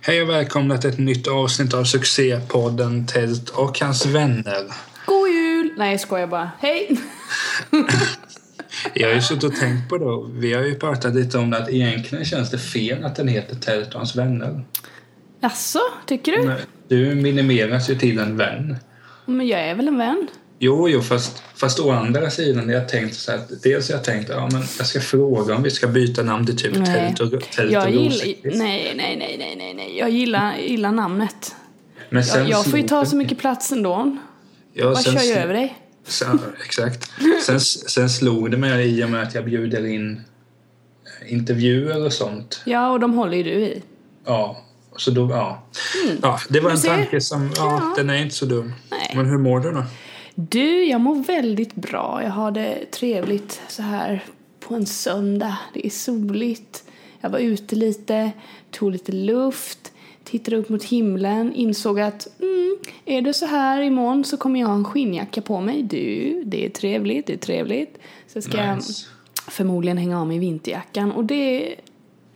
Hej och välkomna till ett nytt avsnitt av succépodden Tält och hans vänner. God jul! Nej, jag skojar bara. Hej! Jag har ju suttit och tänkt på det och vi har ju pratat lite om det att egentligen känns det fel att den heter Tält och hans vänner. Jaså, tycker du? Nej, Du minimeras ju till en vän. Men jag är väl en vän? Jo, jo, fast, fast å andra sidan, jag har tänkt så här, att dels har jag tänkt ja, men jag ska fråga om vi ska byta namn till typ Tält och, tält jag och gillar... Rosenqvist. Nej, nej, nej, nej, nej, nej. Jag gillar, gillar namnet. Men Jag, sen jag får ju ta slog- så mycket plats ändå. Ja, Vad sen kör slog- jag över dig? Sen, exakt. Sen, sen slog det mig i och med att jag bjuder in eh, intervjuer och sånt. Ja, och de håller ju du i. Ja, så då, ja. ja det var en Mm. ser. tanke som, ja, Ja. den är inte så dum. Nej. Men hur mår du då? Du, jag mår väldigt bra. Jag har det trevligt så här på en söndag. Det är soligt. Jag var ute lite, tog lite luft, tittade upp mot himlen, insåg att mm, är det så här imorgon så kommer jag ha en skinnjacka på mig. Du, det är trevligt, det är trevligt. Sen ska Nice. jag förmodligen hänga av mig vinterjackan och det,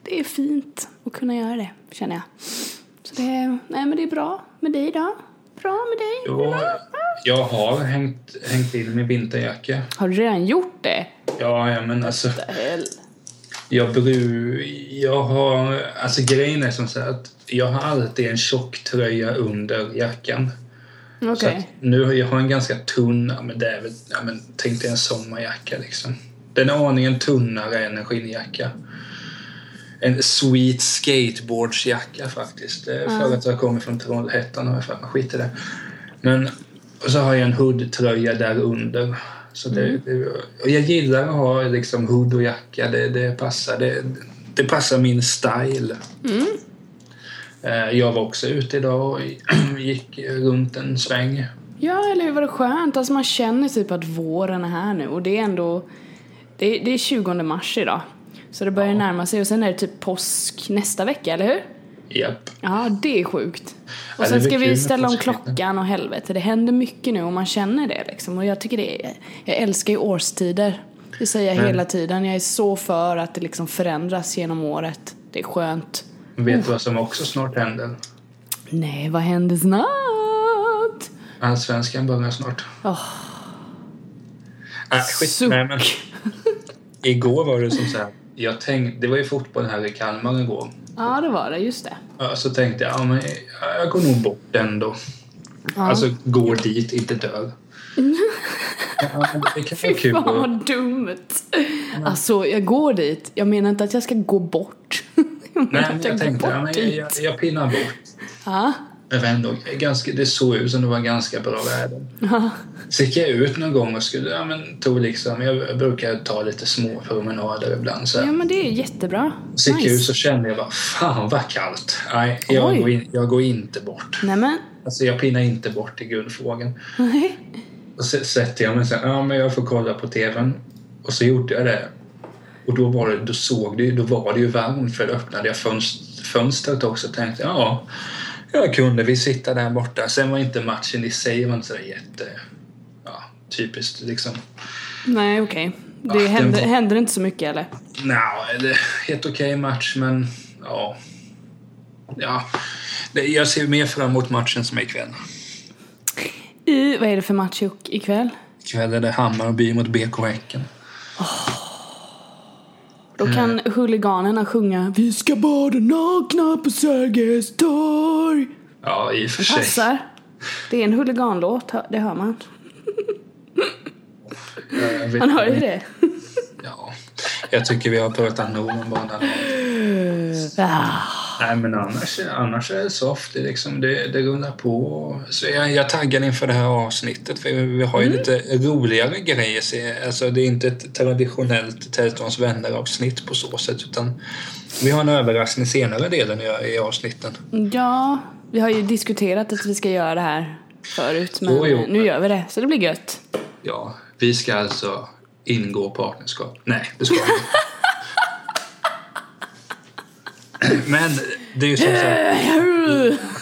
det är fint att kunna göra det, känner jag. Så det, nej men det är bra med dig idag. Bra med dig. Jo, jag har hängt, hängt in min vinterjacka. Har du redan gjort det? Ja, ja, men alltså, Hell. jag bru... Jag har... Alltså grejen är som så här att jag har alltid en tjock tröja under jackan. Okej. Så att nu har jag har en ganska tunn, ja, men det är väl, ja, men tänk dig en sommarjacka liksom. Den är aningen tunnare än en skinnjacka. En sweet skateboardsjacka faktiskt. Det är För att jag kommer från Trollhättan har jag för mig. Skit i det. Men och så har jag en hoodtröja där under. Så det, det, och jag gillar att ha liksom hood och jacka. Det, det, passar, det, det passar min style. Eh, Jag var också ute idag och gick runt en sväng. Ja, eller hur var det skönt? Alltså man känner typ att våren är här nu och det är ändå... Det är, det är 20 mars idag. Så det börjar närma sig och sen är det typ påsk nästa vecka, eller hur? Japp. Ja, det är sjukt. Ja, Och det sen blir ska kul vi med ställa om påsken. klockan och helvete. Det händer mycket nu och man känner det liksom. Och jag tycker det är... Jag älskar ju årstider. Det säger jag Men- hela tiden. Jag är så för att det liksom förändras genom året. Det är skönt. Vet du vad som också snart händer? Nej, vad händer snart? Allsvenskan börjar snart. Åh. Äh, skit. Suck. Nej, men, igår var det som så här. Jag tänkte, det var ju fotboll här i Kalmar igår. Ja, det var det. Just det. Ja, Så tänkte jag, ja, men jag går nog bort ändå. Alltså, går dit, inte dör. ja, men det kan vara Fy kul. fan att- vad dumt. Alltså jag går dit. Jag menar inte att jag ska gå bort. Jag Nej, menar men att jag går tänkte, bort ja, men jag, dit. jag, jag pinnar bort. Ja. Men ändå, ganska, det såg ut som det var ganska bra väder. Så gick jag ut någon gång och skulle, ja, men, tog liksom, jag brukar ta lite små promenader ibland. Så, ja men det är jättebra. så gick jag ut Nice. så kände jag bara, fan vad kallt. Nej, jag, Oj. går, in, jag går inte bort. Nej men. Alltså jag pinnar inte bort i grundfrågan. Nej. Och så sätter jag mig så här, ja men jag får kolla på TVn. Och så gjorde jag det. Och då var det, då såg det ju, då var det ju varmt för då öppnade jag fönst, fönstret också och tänkte, ja. Jag kunde vi sitta där borta. Sen var inte matchen i sig var inte så där jätte, ja, typiskt liksom. Nej okej. Ah, Det den händer, var- händer inte så mycket eller? Nja, eller helt okej match men, ja. Ja, det, jag ser mer fram emot matchen som är ikväll. I, vad är det för match i- ikväll? Ikväll är det Hammarby mot BK Häcken. Då Eh. kan huliganerna sjunga Vi ska bada nakna på Sergels torg. Ja, i och för sig. Passar. Det är en huliganlåt, hör- det hör man. Jag vet Man hör inte. ju det. Ja, jag tycker vi har pratat nog om banan. Ah. Nej, men annars, annars är det soft. Det, är liksom, det, det rullar på. Så jag, jag taggar inför det här avsnittet. För vi har ju lite roligare grejer. se- Alltså, det är inte ett traditionellt Tältons vänner-avsnitt på så sätt. Utan vi har en överraskning senare delen i, i avsnitten. Ja, vi har ju diskuterat att vi ska göra det här förut men Jo, jo. nu gör vi det så det blir gött. Ja, vi ska alltså ingå partnerskap. Nej, det ska vi inte. Men det är ju som sagt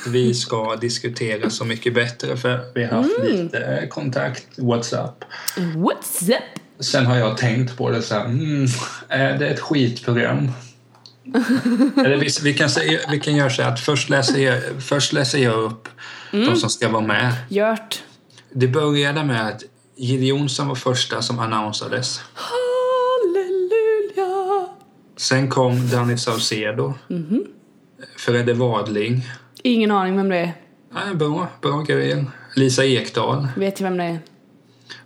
att vi ska diskutera Så mycket bättre för vi har haft lite eh, kontakt, Whatsapp. What's up? Sen har jag tänkt på det så här, mm, är det ett skitprogram? Eller vi, vi, kan säga, vi kan göra så här att först läser jag, först läser jag upp de som ska vara med. Gjort. Det började med att Jill Johnson var första som annonsades. Halleluja! Sen kom Danny Saucedo. Fredde Wadling. Ingen aning vem det är. Ja, bra, bra grejer. Lisa Ekdahl. Vet ju vem det är.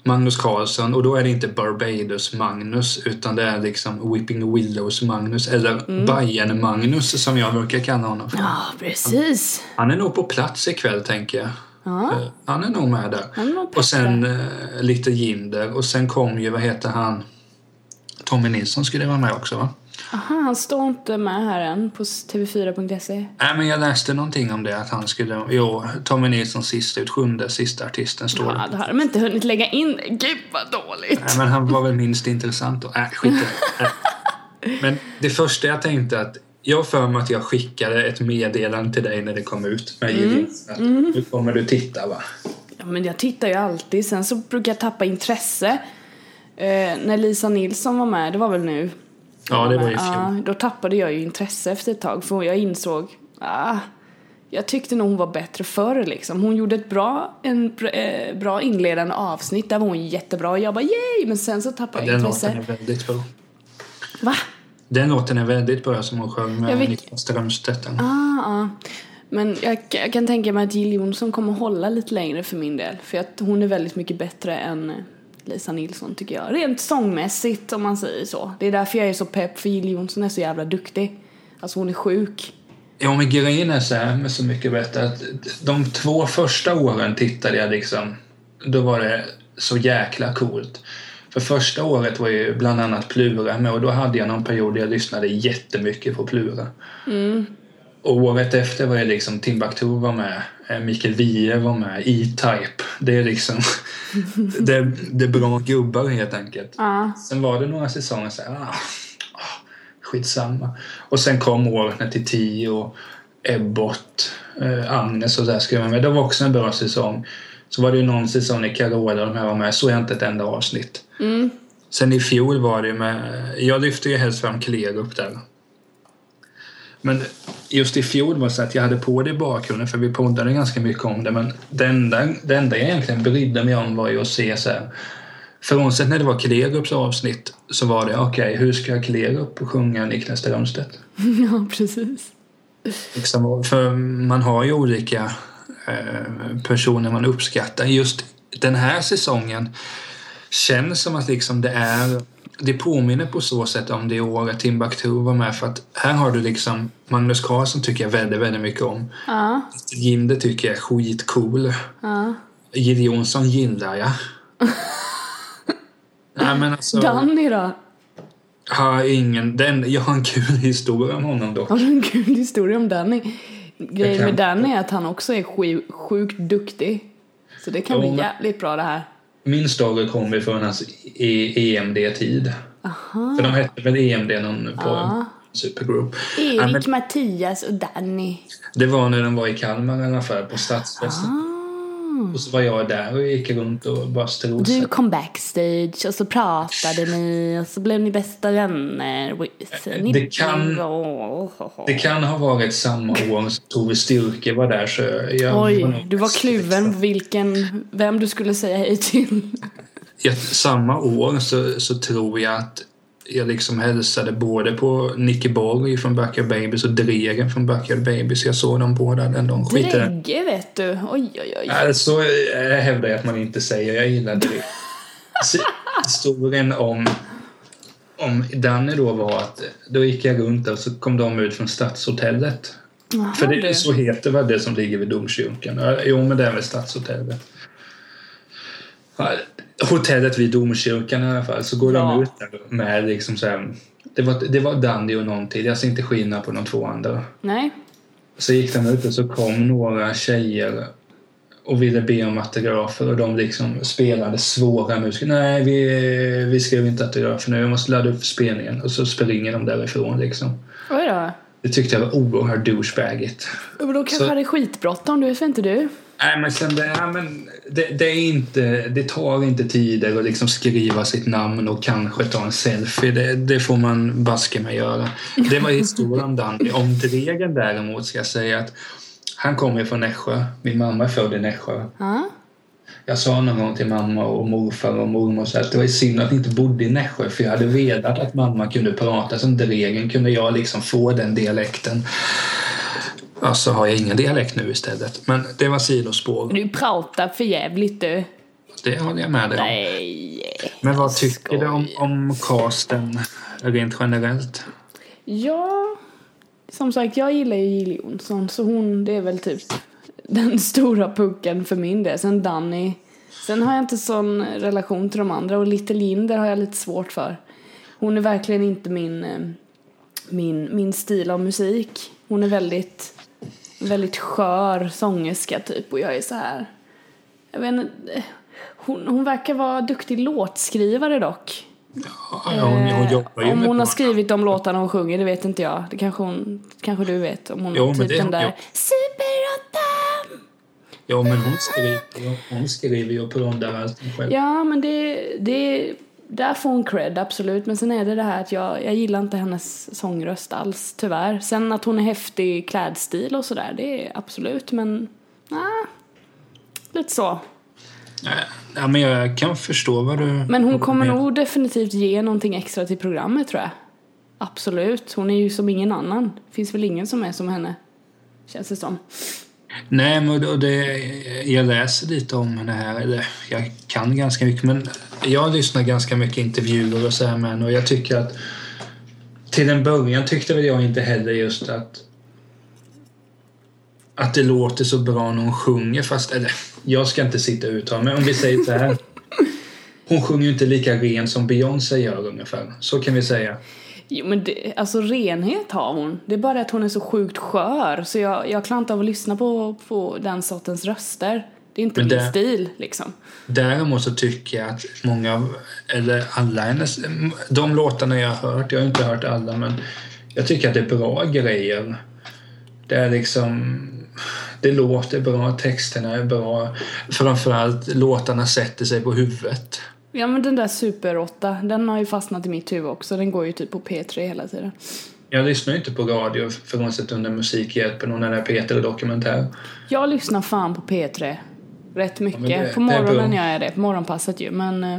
Magnus Carlsson. Och då är det inte Barbados-Magnus utan det är liksom Whipping Willows-Magnus. Eller Bayern-Magnus som jag brukar kalla honom för. Mm. Ja, precis. Han är nog på plats ikväll tänker jag. Ja. Eh, Han är nog med där. Han är nog på och sen eh, lite Jinder. Och sen kom ju, vad heter han? Tommy Nilsson skulle vara med också va? Aha, han står inte med här än på tv4.se. Nej, men jag läste någonting om det att han skulle... Jo, Tommy Nilsson sist ut, sjunde sista artisten står det. Ja, det har de inte hunnit lägga in. Gud vad dåligt! Nej, men han var väl minst intressant då. Äh, skit i det. Nej. Men det första jag tänkte att jag har för mig att jag skickade ett meddelande till dig när det kom ut. Med mm. Att, Nu kommer du titta va? Ja, men jag tittar ju alltid. Sen så brukar jag tappa intresse. Eh, när Lisa Nilsson var med, det var väl nu? Ja, det var ju Ja, då tappade jag ju intresse efter ett tag för jag insåg ah, jag tyckte nog hon var bättre förr liksom. Hon gjorde ett bra, en, br- eh, bra inledande avsnitt, där var hon jättebra och jag bara yay! Men sen så tappade jag Den intresse. låten är väldigt bra. Va? Den låten är väldigt bra som hon sjöng med Jag vet- Niklas Strömstedt. Ah, ah. Men jag, k- jag kan tänka mig att Jill Johnson kommer hålla lite längre för min del. För att hon är väldigt mycket bättre än Lisa Nilsson tycker jag. Rent sångmässigt om man säger så. Det är därför jag är så pepp för Jill Johnson är så jävla duktig. Alltså hon är sjuk. Ja, men grejen är så här med Så mycket bättre att de två första åren tittade jag liksom, då var det så jäkla coolt. För första året var ju bland annat Plura med och då hade jag någon period där jag lyssnade jättemycket på Plura. Och året efter var det liksom Timbuktu var med, eh, Mikael Wiehe var med, E-Type. Det är liksom, det, det är bra gubbar helt enkelt. Ah. Sen var det några säsonger så här, ah, ah, skitsamma. Och sen kom året när till tio och Ebbot, eh, Agnes och där skulle vara med. Det var också en bra säsong. Så var det ju någon säsong när Carola och de här var med. Så jag inte ett enda avsnitt. Mm. Sen i fjol var det ju med... Jag lyfte ju helst fram Klerup där. Men just i fjol var det så att jag hade på det i bakgrunden för vi poddade ganska mycket om det. Men det enda, det enda jag egentligen brydde mig om var ju att se så här. Frånsett när det var Klerups avsnitt så var det okej, hur ska Klerup sjunga Niklas Strömstedt? ja, precis. Liksom, för man har ju olika eh, personer man uppskattar. Just den här säsongen känns som att liksom det är... Det påminner på så sätt om det året Timbuktu var med för att här har du liksom Magnus Carlsson tycker jag väldigt, väldigt mycket om. Ah. Jinder tycker jag är skitcool. Ja. Jill Johnson gillar jag. Nej men alltså, Danny då? jag har ingen, den, jag har en kul historia om honom dock. Har du en kul historia om Danny? Jag Grejen kan- med Danny är att han också är sju- sjukt duktig. Så det kan Jo, bli men- jävligt bra det här. Min story kom ju från hans E- EMD-tid. Aha. För de hette väl EMD någon på Ja. Supergroup. Ja, men Erik, Mattias och Danny. det var när de var i Kalmar i alla fall, på Stadsfesten. Ah. Och så var jag där och gick runt och bara Du strosade. kom backstage och så pratade ni och så blev ni bästa vänner. Det kan- Det kan ha varit samma år som Tove Styrke var där så jag... Oj, du var kluven vilken, vem du skulle säga hej till. Ja, samma år så, så tror jag att jag liksom hälsade både på Nicky Borg från Backyard Babies och Dregen från Backyard Babies. Jag såg dem båda den dagen. Skit i det. Dregge vet du. Oj, oj, oj. Alltså, jag hävdar jag att man inte säger. Jag gillar inte det. Så Historien om, om Danny då var att då gick jag runt där och så kom de ut från Stadshotellet. Jaha, För du. det, så heter väl det som ligger vid domkyrkan? Ja, Jo, men det är väl Stadshotellet. Ja, Hotellet vid domkyrkan i alla fall. Så går Ja. de ut där med liksom så här, det var, det var Danny och någon till. Jag ser inte skillnad på de två andra. Nej. Så gick de ut och så kom några tjejer och ville be om autografer och de liksom spelade svåra musiker. Nej, vi, vi skrev inte autografer nu. Jag måste ladda upp spelningen. Och så springer de därifrån liksom. Oj då. Det tyckte jag var oerhört douchebagigt. Men då kanske Så- hade det skitbråttom, det vet väl inte du? Nej, men sen det, ja, men det, det är inte, det tar inte tider att liksom skriva sitt namn och kanske ta en selfie. Det, det får man baske mig göra. Det var historien om Danny. Om Dregen däremot ska jag säga att han kommer ju från Nässjö. Min mamma är född i Nässjö. Ja. Jag sa någon gång till mamma och morfar och mormor så att det var synd att ni inte bodde i Nässjö för jag hade velat att mamma kunde prata som Dregen. Kunde jag liksom få den dialekten? Ja, så har jag ingen dialekt nu istället. Men det var sidospår. Du pratar för jävligt du. Det håller jag med dig om. Nej. Men vad tycker du om, skoj. om casten rent generellt? Ja, som sagt, jag gillar ju Jill Johnson så hon, det är väl typ den stora pucken för min del. Sen Danny. Sen har jag inte sån relation till de andra och Little Jinder har jag lite svårt för. Hon är verkligen inte min, eh, min, min stil av musik. Hon är väldigt, väldigt skör sångerska typ och jag är så här. Jag vet inte, eh, hon, hon verkar vara duktig låtskrivare dock. Ja, hon, hon jobbar ju Eh, Om med hon barn. har skrivit de låtarna hon sjunger, det vet inte jag. Det kanske, hon, kanske du vet. Om hon Jo, har men typ det- den där jo. Superåttan! Ja, men hon skriver, hon skriver ju och plundrar allting själv. Ja, men det, det... Där får hon cred, absolut. Men sen är det det här att jag, jag gillar inte hennes sångröst alls, tyvärr. Sen att hon är häftig i klädstil och sådär, det är absolut, men... Ah, lite så. Ja, men jag kan förstå vad du... Men hon kommer menar. nog definitivt ge någonting extra till programmet, tror jag. Absolut. Hon är ju som ingen annan. finns väl ingen som är som henne, känns det som. Nej, men det- och det, jag läser lite om henne här. Eller, jag kan ganska mycket, men jag lyssnar ganska mycket intervjuer och så här med henne och jag tycker att till en början tyckte väl jag inte heller just att att det låter så bra när hon sjunger fast, eller jag ska inte sitta och uttala men om vi säger så här. Hon sjunger ju inte lika ren som Beyoncé gör ungefär. Så kan vi säga. Jo men det, alltså renhet har hon. Det är bara det att hon är så sjukt skör så jag, jag klarar inte av att lyssna på, på den sortens röster. Det är inte Men min det- stil liksom. Däremot så tycker jag att många av, eller alla hennes, de låtarna jag har hört, jag har inte hört alla men jag tycker att det är bra grejer. Det är liksom, det låter bra, texterna är bra, framförallt låtarna sätter sig på huvudet. Ja men den där Super 8, den har ju fastnat i mitt huvud också. Den går ju typ på P3 hela tiden. Jag lyssnar ju inte på radio frånsett under Musikhjälpen och när det är Peter och Dokumentär. Jag lyssnar fan på P3. Rätt mycket. men det- på det är morgonen bra. gör jag det, på morgonpasset ju. Men eh,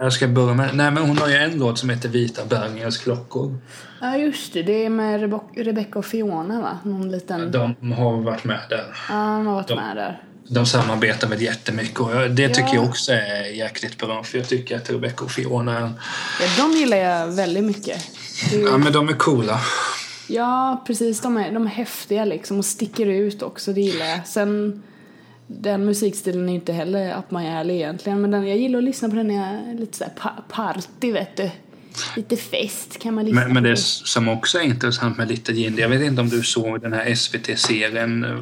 Jag ska börja med, nej men hon har ju en låt som heter Vita Bergingers klockor. ja just det, det är med Rebo- Rebecca och Fiona va? Någon liten... Ja, De har varit med där. han har varit de- med där. De samarbetar väl jättemycket och jag- det tycker Ja. jag också är jäkligt bra för jag tycker att Rebecca och Fiona Ja, de gillar jag väldigt mycket. Det är ju- ja, men de är coola. Ja, precis. De är, de är häftiga liksom och sticker ut också, det gillar jag. Sen, den musikstilen är ju inte heller up my alley egentligen, men den, jag gillar att lyssna på den när jag är lite såhär pa- party, vet du. Lite fest kan man lyssna Men, men det på. som också är intressant med Little Jinder, jag vet inte om du såg den här SVT-serien? Det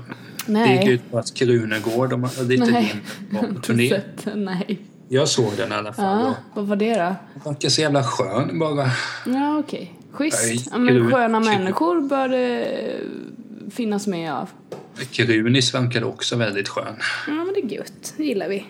gick Nej. ut på att Krunegård och Little Nej. Jinder var på Inte turné. sett den, Nej. Jag såg den i alla fall. Ja, och vad var det då? Den verkar så jävla skön bara. Ja, okej. Nej, Schysst. Ja, kul. men sköna Kul. människor bör det finnas med av. Krunis verkade också väldigt skön. Ja, men det är gött. Det gillar vi.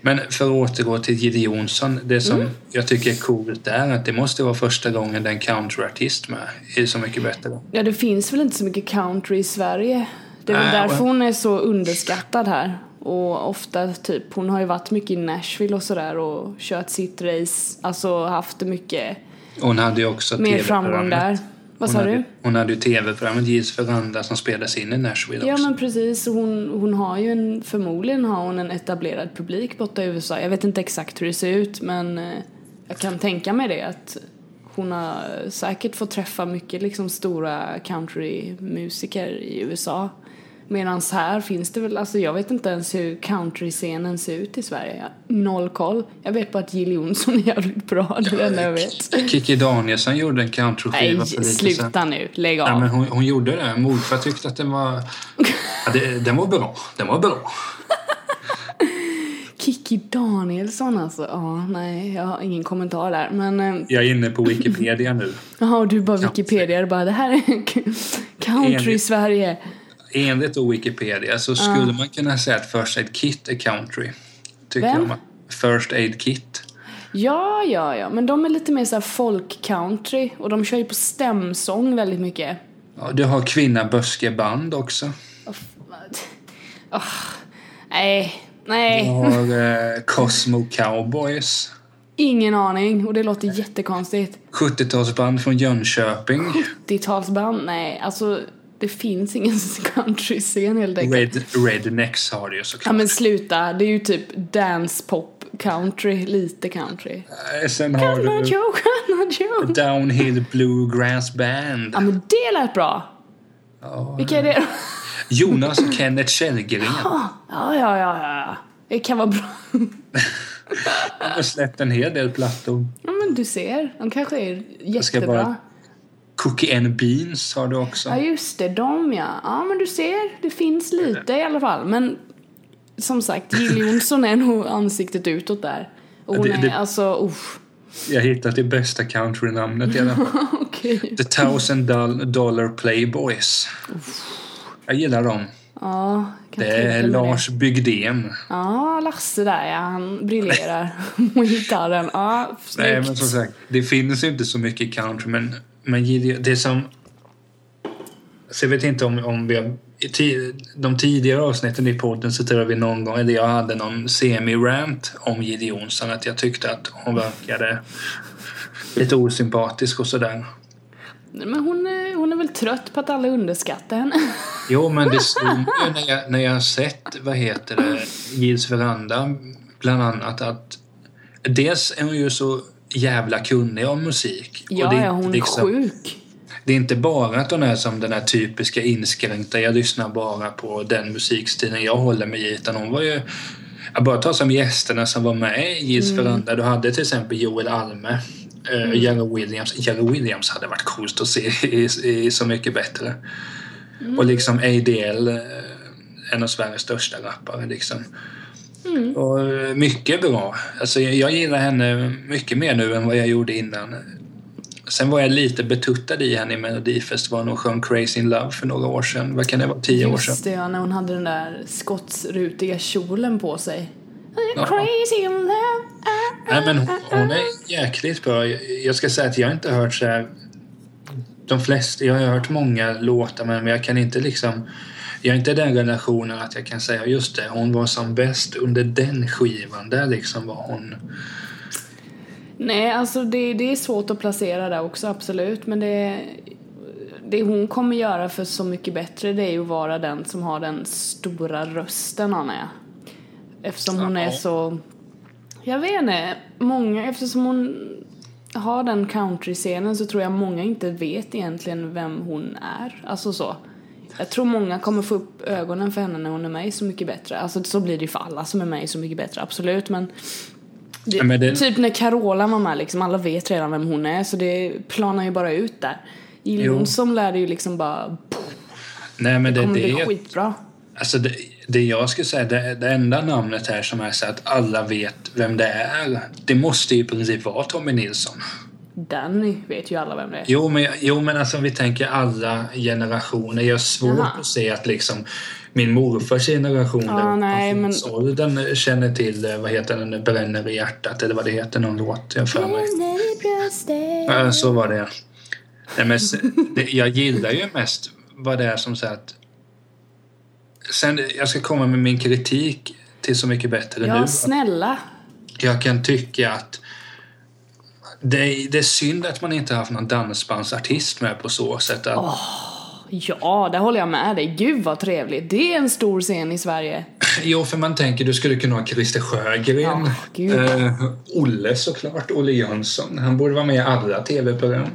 Men för att återgå till Jill Johnson, det som Mm. jag tycker är coolt är att det måste vara första gången det är en countryartist med. Det är så mycket bättre. Ja, det finns väl inte så mycket country i Sverige. Det är väl Nej, därför och- hon är så underskattad här. Och ofta typ, hon har ju varit mycket i Nashville och sådär och kört sitt race, alltså haft mycket Hon hade ju också mer TV-programmet. framgång där. Vad Hon sa hade, du? Hon hade ju tv-programmet Gills Veranda som spelades in i Nashville Ja också. men precis, Och hon, hon har ju en, förmodligen har hon en etablerad publik borta i USA. Jag vet inte exakt hur det ser ut men eh, jag kan tänka mig det att hon har säkert fått träffa mycket liksom stora countrymusiker i USA. Medan här finns det väl, alltså jag vet inte ens hur countryscenen ser ut i Sverige. Jag har noll koll. Jag vet bara att Jill Johnson är jävligt bra, det är det enda jag vet. Kikki Danielsson gjorde en Nej, countryskiva för lite sedan. sluta nu, lägg Nej, av. men hon, hon gjorde det. Morfar tyckte att den var... Ja, det, den var bra. Den var bra. Kikki Nicky Danielsson alltså. Ja, nej, jag har ingen kommentar där. Men eh, Jag är inne på Wikipedia nu. jaha, och du bara Wikipedia, du bara det här är country-Sverige. Enligt då Wikipedia så skulle man kunna säga att First Aid Kit är country. Tycker Vem? jag man. First Aid Kit. Ja, ja, ja, men de är lite mer så här folk-country och de kör ju på stämsång väldigt mycket. Ja, du har Kvinna Böske Band också. Åh, f- vad- Åh, nej, nej, Du har eh, Cosmo Cowboys. ingen aning och det låter jättekonstigt. 70-talsband från Jönköping. 80-talsband, nej, alltså det finns ingen country-scen helt enkelt. Red, rednecks har du ju Ja såklart. men sluta, det är ju typ dance pop country, lite country. Eh, Sen har Not du joke, not joke. Downhill Bluegrass Band. Ja men det lät bra. Ja. Vilka är det Jonas och Kenneth Källgren. Ja, ja, ja, ja. Det kan vara bra. De har släppt en hel del plattor. Ja men du ser, de kanske är ska jättebra. bara- Cookie and Beans har du också. Ja just det, de ja. Ja men du ser, det finns lite i alla fall. Men som sagt, Jill Johnson är nog ansiktet utåt där. Och hon Det- är det- alltså, uff. Jag har hittat det bästa countrynamnet i alla fall. Okej. The Thousand Doll- Dollar Playboys. Jag gillar dem. Ja, kan Det är tänka mig Lars Bygdén. Ja, Lasse där ja. Han briljerar med gitarren. Ja, Nej, snyggt. men som sagt, det finns ju inte så mycket country, men, men Gideon- det som... Så jag vet inte om, om vi har... I ti, de tidigare avsnitten i podden så tror jag vi någon gång, eller jag hade någon semi-rant om Jill Johnson, att jag tyckte att hon verkade lite osympatisk och sådär. Men hon är, hon är väl trött på att alla underskattar henne. Jo, men det slog mig ju när jag, när jag sett, vad heter det, Gils veranda bland annat att dels är hon ju så jävla kunnig om musik. Och Ja, det är ja, hon är liksom- sjuk. Det är inte bara att hon är som den här typiska inskränkta, jag lyssnar bara på den musikstilen jag håller mig i, utan hon var ju jag bara tar som gästerna som var med i Gils veranda. Du hade till exempel Joel Alme eh, och Jerry Williams. Jerry Williams hade varit coolt att se i, i Så mycket bättre. Och liksom ADL, eh, en av Sveriges största rappare liksom. Och eh, mycket bra. Alltså, jag- jag gillar henne mycket mer nu än vad jag gjorde innan. Sen var jag lite betuttad i henne i Melodifestivalen och sjöng Crazy in Love för några år sedan. Vad kan det vara? Tio år sedan? Just det, ja, när hon hade den där skottsrutiga kjolen på sig. Crazy in love. ah, Nej, ah, men hon, ah, hon ah. är jäkligt bra. Jag ska säga att jag har inte hört så här... De flesta, jag har hört många låtar men jag kan inte liksom... Jag är inte i den relationen att jag kan säga just det, hon var som bäst under den skivan. Där liksom var hon... Nej, alltså det, det är svårt att placera där också, absolut. Men det, det hon kommer göra för Så mycket bättre det är ju att vara den som har den stora rösten, anar jag. Eftersom hon är Ja. så... Jag vet inte. Många, eftersom hon har den country-scenen så tror jag många inte vet egentligen vem hon är. Alltså så. Jag tror många kommer få upp ögonen för henne när hon är med i Så mycket bättre. Alltså så blir det ju för alla som är med i Så mycket bättre, absolut. Men det, Ja, men det- Typ när Carola var med, liksom, alla vet redan vem hon är så det planar ju bara ut där. Jill Jo. Johnson lär det ju liksom bara... Nej men det, Kommer det, bli är- skitbra. Alltså det, det jag skulle säga, det, det enda namnet här som är så att alla vet vem det är. Det måste ju i princip vara Tommy Nilsson. Danny vet ju alla vem det är. Jo men, jo, men alltså om vi tänker alla generationer. Jag har svårt Jaha. att se att liksom min morfars generation Ja, där nej, men- pensionsåldern känner till, eh, vad heter den, Bränner i hjärtat eller vad det heter, någon låt jag har för mig. Ja, så var det. Nej, men, s- det. Jag gillar ju mest vad det är som så att... Sen, jag ska komma med min kritik till Så mycket bättre nu. Ja, att- snälla. jag kan tycka att det är, det är synd att man inte har haft någon dansbandsartist med på så sätt. Att, Ja, där håller jag med dig. Gud vad trevligt. Det är en stor scen i Sverige. Jo, för man tänker du skulle kunna ha Christer Sjögren. Ja, gud. eh, Olle såklart, Olle Jönsson. Han borde vara med i alla tv-program. Eh.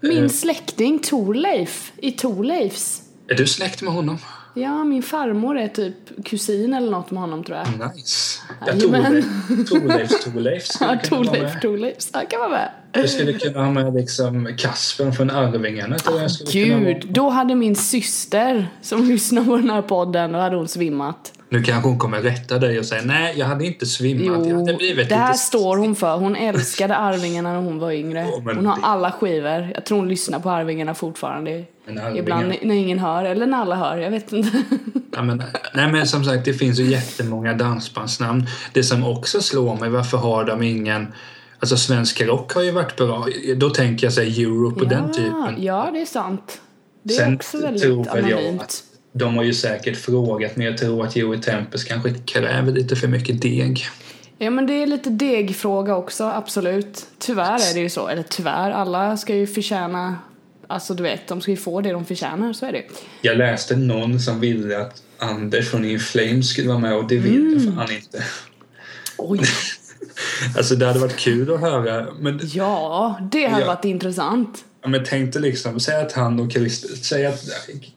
Min släkting Torleif i Torleifs. Är du släkt med honom? Ja, min farmor är typ kusin eller något med honom tror jag. Mm. Nice. Jajamän. Torleifs Torleif Ja, skulle kunna vara Torleif med. Torleifs. Han kan vara med. Du skulle kunna ha med liksom Kasper från Arvingarna. tror jag skulle kunna vara. Gud, då hade min syster som lyssnar på den här podden, då hade hon svimmat. Nu kanske hon kommer rätta dig och säga nej, jag hade inte svimmat. jag Jo, hade blivit det här lite står hon för. Hon älskade Arvingarna när hon var yngre. Ja, men Hon har det- alla skivor. Jag tror hon lyssnar på Arvingarna fortfarande. Men Arvingarna- Ibland när ingen hör, eller när alla hör. Jag vet inte. Ja, men, nej men som sagt, det finns ju jättemånga dansbandsnamn. Det som också slår mig, varför har de ingen... Alltså svensk rock har ju varit bra. Då tänker jag säga Europe och den typen. Ja, det är sant. Det är också väldigt tror väl jag anonymt. att de har ju säkert frågat men jag tror att Joey Tempest kanske kräver lite för mycket deg. Ja, men det är lite degfråga också, absolut. Tyvärr är det ju så. Eller tyvärr, alla ska ju förtjäna... Alltså du vet, de ska ju få det de förtjänar, så är det Jag läste någon som ville att Anders från In Flames skulle vara med och det ville Mm. fan inte. Oj! Alltså det hade varit kul att höra men Ja, det hade Ja. varit intressant. Ja, men tänk dig liksom, säg att han och Christer, säg att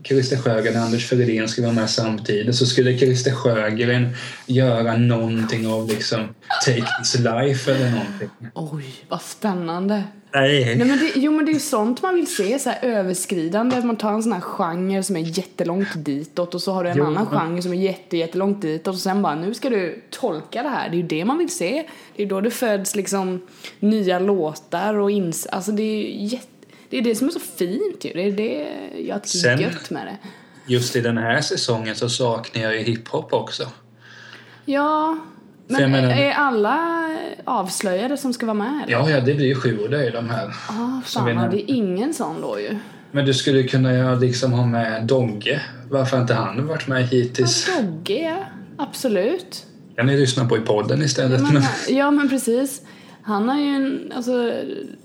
Christer Sjögren och Anders Fridén skulle vara med samtidigt så skulle Christer Sjögren göra någonting av liksom Take This Life eller någonting. Oj, vad spännande. Nej, Nej. men det, jo men det är ju sånt man vill se, så här överskridande. Att man tar en sån här genre som är jättelångt ditåt och så har du en Jo, annan men- genre som är jätte, jättelångt ditåt och sen bara nu ska du tolka det här. Det är ju det man vill se. Det är då det föds liksom nya låtar och ins... Alltså det är ju jätte... Det är det som är så fint ju. Det är det jag tycker är Sen- gött med det. Just i den här säsongen så saknar jag ju hiphop också. Ja, men jag menar- är alla avslöjade som ska vara med? eller? Ja, ja, det blir ju sju och det är de här. Ah, vi fan, nämnde. det är ingen sån då ju. Men du skulle kunna göra, liksom ha med Dogge. Varför har inte han varit med hittills? Dogge, ja. Absolut. Kan ni lyssna på i podden istället? Men, eh, ja men precis. Han har ju en, alltså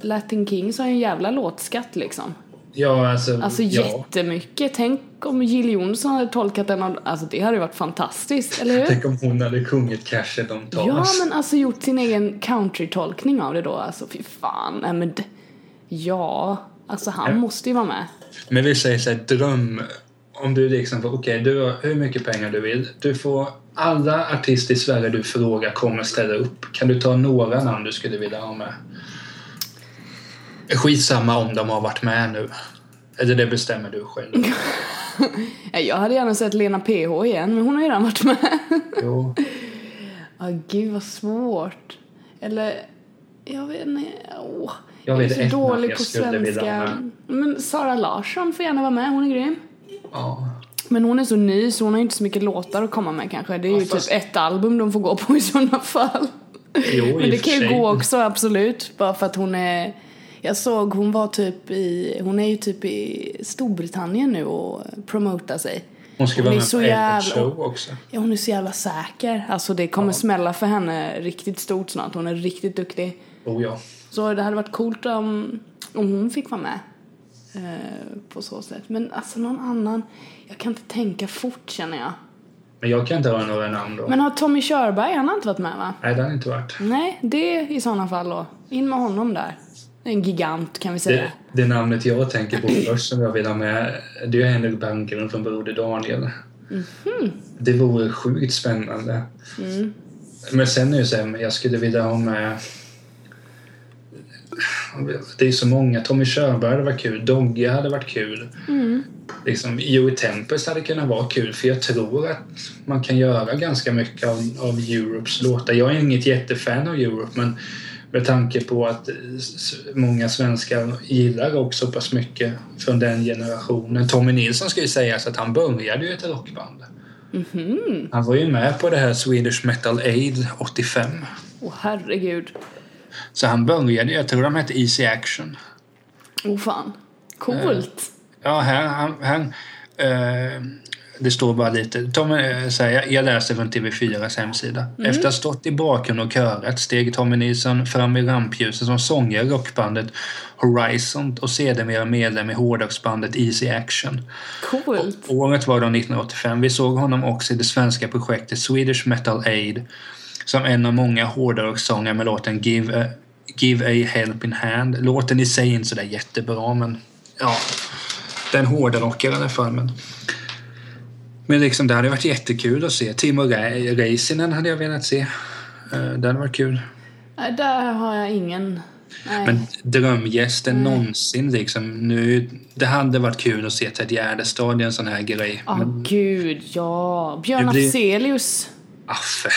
Latin Kings har ju en jävla låtskatt liksom. ja, alltså, Alltså ja. jättemycket. Tänk om Jill Johnson hade tolkat den av, alltså det hade ju varit fantastiskt, eller hur? Tänk om hon hade sjungit Cashet de tas. Ja men alltså gjort sin egen countrytolkning av det då, alltså fy fan. Nej men d- ja, alltså han måste ju vara med. Men vi säger såhär, dröm. Om du liksom får, okej du har hur mycket pengar du vill. Du får, alla artister i Sverige du frågar kommer ställa upp. Kan du ta några namn du skulle vilja ha med? Skitsamma om de har varit med nu. Eller det bestämmer du själv. Nej, Eh, Jag hade gärna sett Lena PH igen, men hon har ju redan varit med. Jo. Ja, gud vad svårt. Eller, jag vet inte. Åh, Jag vet är ett så namn dålig jag på skulle vilja ha svenska. med. Men Sara Larsson får gärna vara med, hon är grym. Ja. Men hon är så ny så hon har ju inte så mycket låtar att komma med kanske. Det är ju fast- typ ett album de får gå på i sådana fall. Jo, i och Men det för kan ju sig. gå också, absolut. Bara för att hon är... Jag såg, hon var typ i... Hon är ju typ i Storbritannien nu och promotar sig. Hon ska vara är med så på Idol jävla- Show också. Ja, hon är så jävla säker. Alltså det kommer smälla för henne riktigt stort snart. Hon är riktigt duktig. Oh ja. Så det hade varit coolt om, om hon fick vara med. Eh, på så sätt. Men alltså någon annan. Jag kan inte tänka fort känner jag. Men jag kan inte ha några namn då. Men har Tommy Körberg, han har inte varit med va? Nej, det har inte varit. Nej, det i sådana fall då. In med honom där. En gigant kan vi säga. Mm. Det, det namnet jag tänker på först som jag vill ha med det är ju Henrik Berggren från Broder Daniel. Mhm. Det vore sjukt spännande. Mm. Men sen är det så här, men jag skulle vilja ha med... Det är så många. Tommy Körberg hade varit kul. Dogge hade varit kul. Liksom, Joey Tempest hade kunnat vara kul för jag tror att man kan göra ganska mycket av, av Europes låtar. Jag är inget jättefan av Europe men med tanke på att eh, s- s- många svenskar gillar rock så pass mycket från den generationen. Tommy Nilsson ska ju sägas att han började ju ett rockband. Han var ju med på det här Swedish Metal Aid 85. Åh herregud. Så han började, jag tror de hette Easy Action. Åh fan. Coolt. Ja, här, han, han, eh, det står bara lite. Tommy, eh, så här, jag, jag läser från TV4s hemsida. Efter att ha stått i bakgrund och körat steg Tommy Nilsson fram i rampljuset som sångare i rockbandet Horizon och sedermera medlem i hårdrocksbandet Easy Action. Coolt. Året var då 1985. Vi såg honom också i det svenska projektet Swedish Metal Aid som en av många hårdrockssångare med låten Give a, Give a Helping Hand. Låten i sig är inte sådär jättebra men ja, den hårdrockar i alla fall. Men, men liksom det hade varit jättekul att se. Timo Rä- Räisinen hade jag velat se. Eh, Det hade varit kul. Nej, Där har jag ingen Nej. Men drömgästen någonsin liksom. Nu, det hade varit kul att se Ted Gärdestad i en sån här grej. Ja, Men gud, ja. Björn Det blir- Afzelius. affe.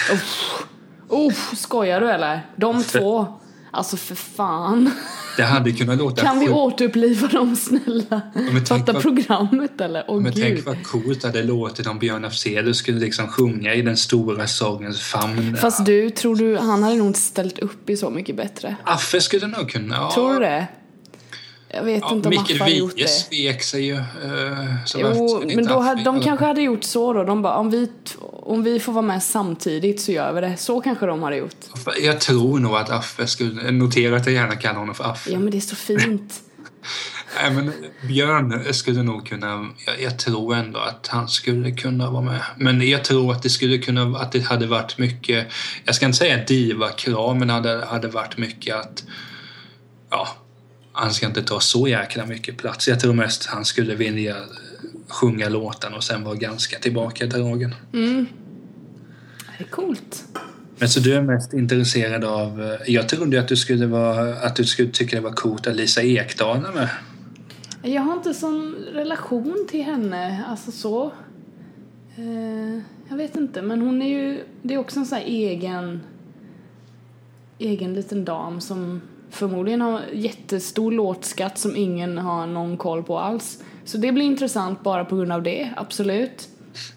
Oh, skojar du eller? De två. Alltså för fan. Det hade kunnat låta Kan vi sjukt. återuppliva dem snälla? tänk Fatta vad- programmet eller? Åh Men gud. tänk vad coolt det hade låtit om Björn Afzelius skulle liksom sjunga i den stora sorgens famn. Fast du, tror du, han hade nog inte ställt upp i så mycket bättre. Affe skulle nog kunna. Ja, Tror du det? Jag vet Ja, inte om Affe Mikael hade gjort Wiehe det. svek sig ju. eh, så varför Jo, skulle inte men då Affe hade, de göra kanske det? hade gjort så då. De bara, om vi, t- om vi får vara med samtidigt så gör vi det. Så kanske de hade gjort. Jag tror nog att Affe skulle... Notera att jag gärna kallar honom för Affe. Ja, men det är så fint. Nej, men Björn skulle nog kunna... Jag, jag tror ändå att han skulle kunna vara med. Men jag tror att det skulle kunna... Att det hade varit mycket... Jag ska inte säga divakrav, men hade, hade varit mycket att... Ja, han ska inte ta så jäkla mycket plats. Jag tror mest han skulle vilja eh, sjunga låten och sen vara ganska tillbakadragen. Det är coolt. Men så du är mest intresserad av... eh, Jag trodde att du skulle, vara, att du skulle tycka det var coolt att Lisa Ekdahl är med. Jag har inte sån relation till henne, alltså så. Eh, jag vet inte, men hon är ju, det är också en sån här egen, egen liten dam som förmodligen har jättestor låtskatt som ingen har någon koll på alls. Så det blir intressant bara på grund av det, absolut.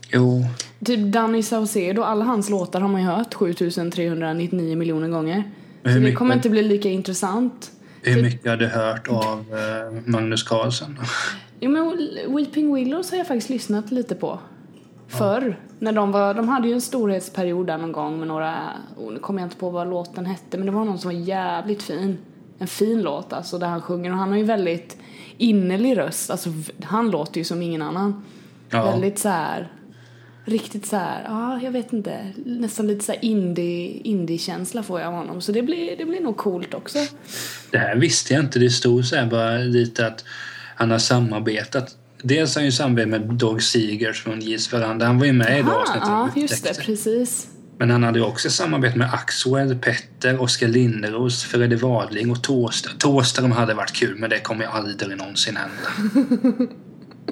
Jo, Typ Danny Saucedo, alla hans låtar har man ju hört 7399 miljoner gånger. Men Så hur det mycket- kommer inte bli lika intressant. Hur mycket har du hört av eh, Magnus Carlsen? Jo men Weeping Willows har jag faktiskt lyssnat lite på. Förr. När de var, de hade ju en storhetsperiod där någon gång med några, oh, nu kommer jag inte på vad låten hette men det var någon som var jävligt fin. En fin låt alltså där han sjunger och han har ju väldigt innerlig röst. Alltså v- han låter ju som ingen annan. Ja. Väldigt så här. Riktigt så här, ja jag vet inte, nästan lite så här indie, indie-känsla får jag av honom. Så det blir, det blir nog coolt också. Det här visste jag inte. Det stod så här bara lite att han har samarbetat. Dels har han ju samarbetat med Dog Seegers från Gis veranda. Han var ju med i det Ah, avsnittet. ja, vi just det, upptäckte. precis. Men han hade ju också samarbete med Axwell, Petter, Oskar Linderos, Fredde Wadling och Tåström. Tåström hade varit kul, men det kommer ju aldrig någonsin hända.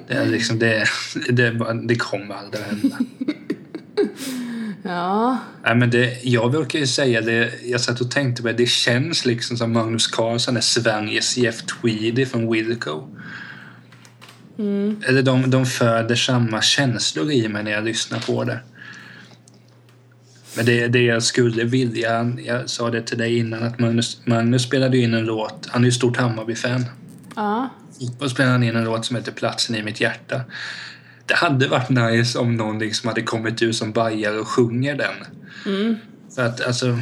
Det, är liksom, det, det, är bara- det kommer aldrig hända. Ja, Nej, men det, jag brukar ju säga det, jag satt och tänkte på det, det känns liksom som Magnus Carlsson är Sveriges Jeff Tweedy från Wilco. Eller de, de föder samma känslor i mig när jag lyssnar på det. Men det, det jag skulle vilja, jag sa det till dig innan, att Magnus, Magnus spelade ju in en låt, han är ju stort Hammarby-fan. ja. Då spelade han in en låt som heter Platsen i mitt hjärta. Det hade varit nice om någon liksom hade kommit ut som bajare och sjunger den. För att alltså,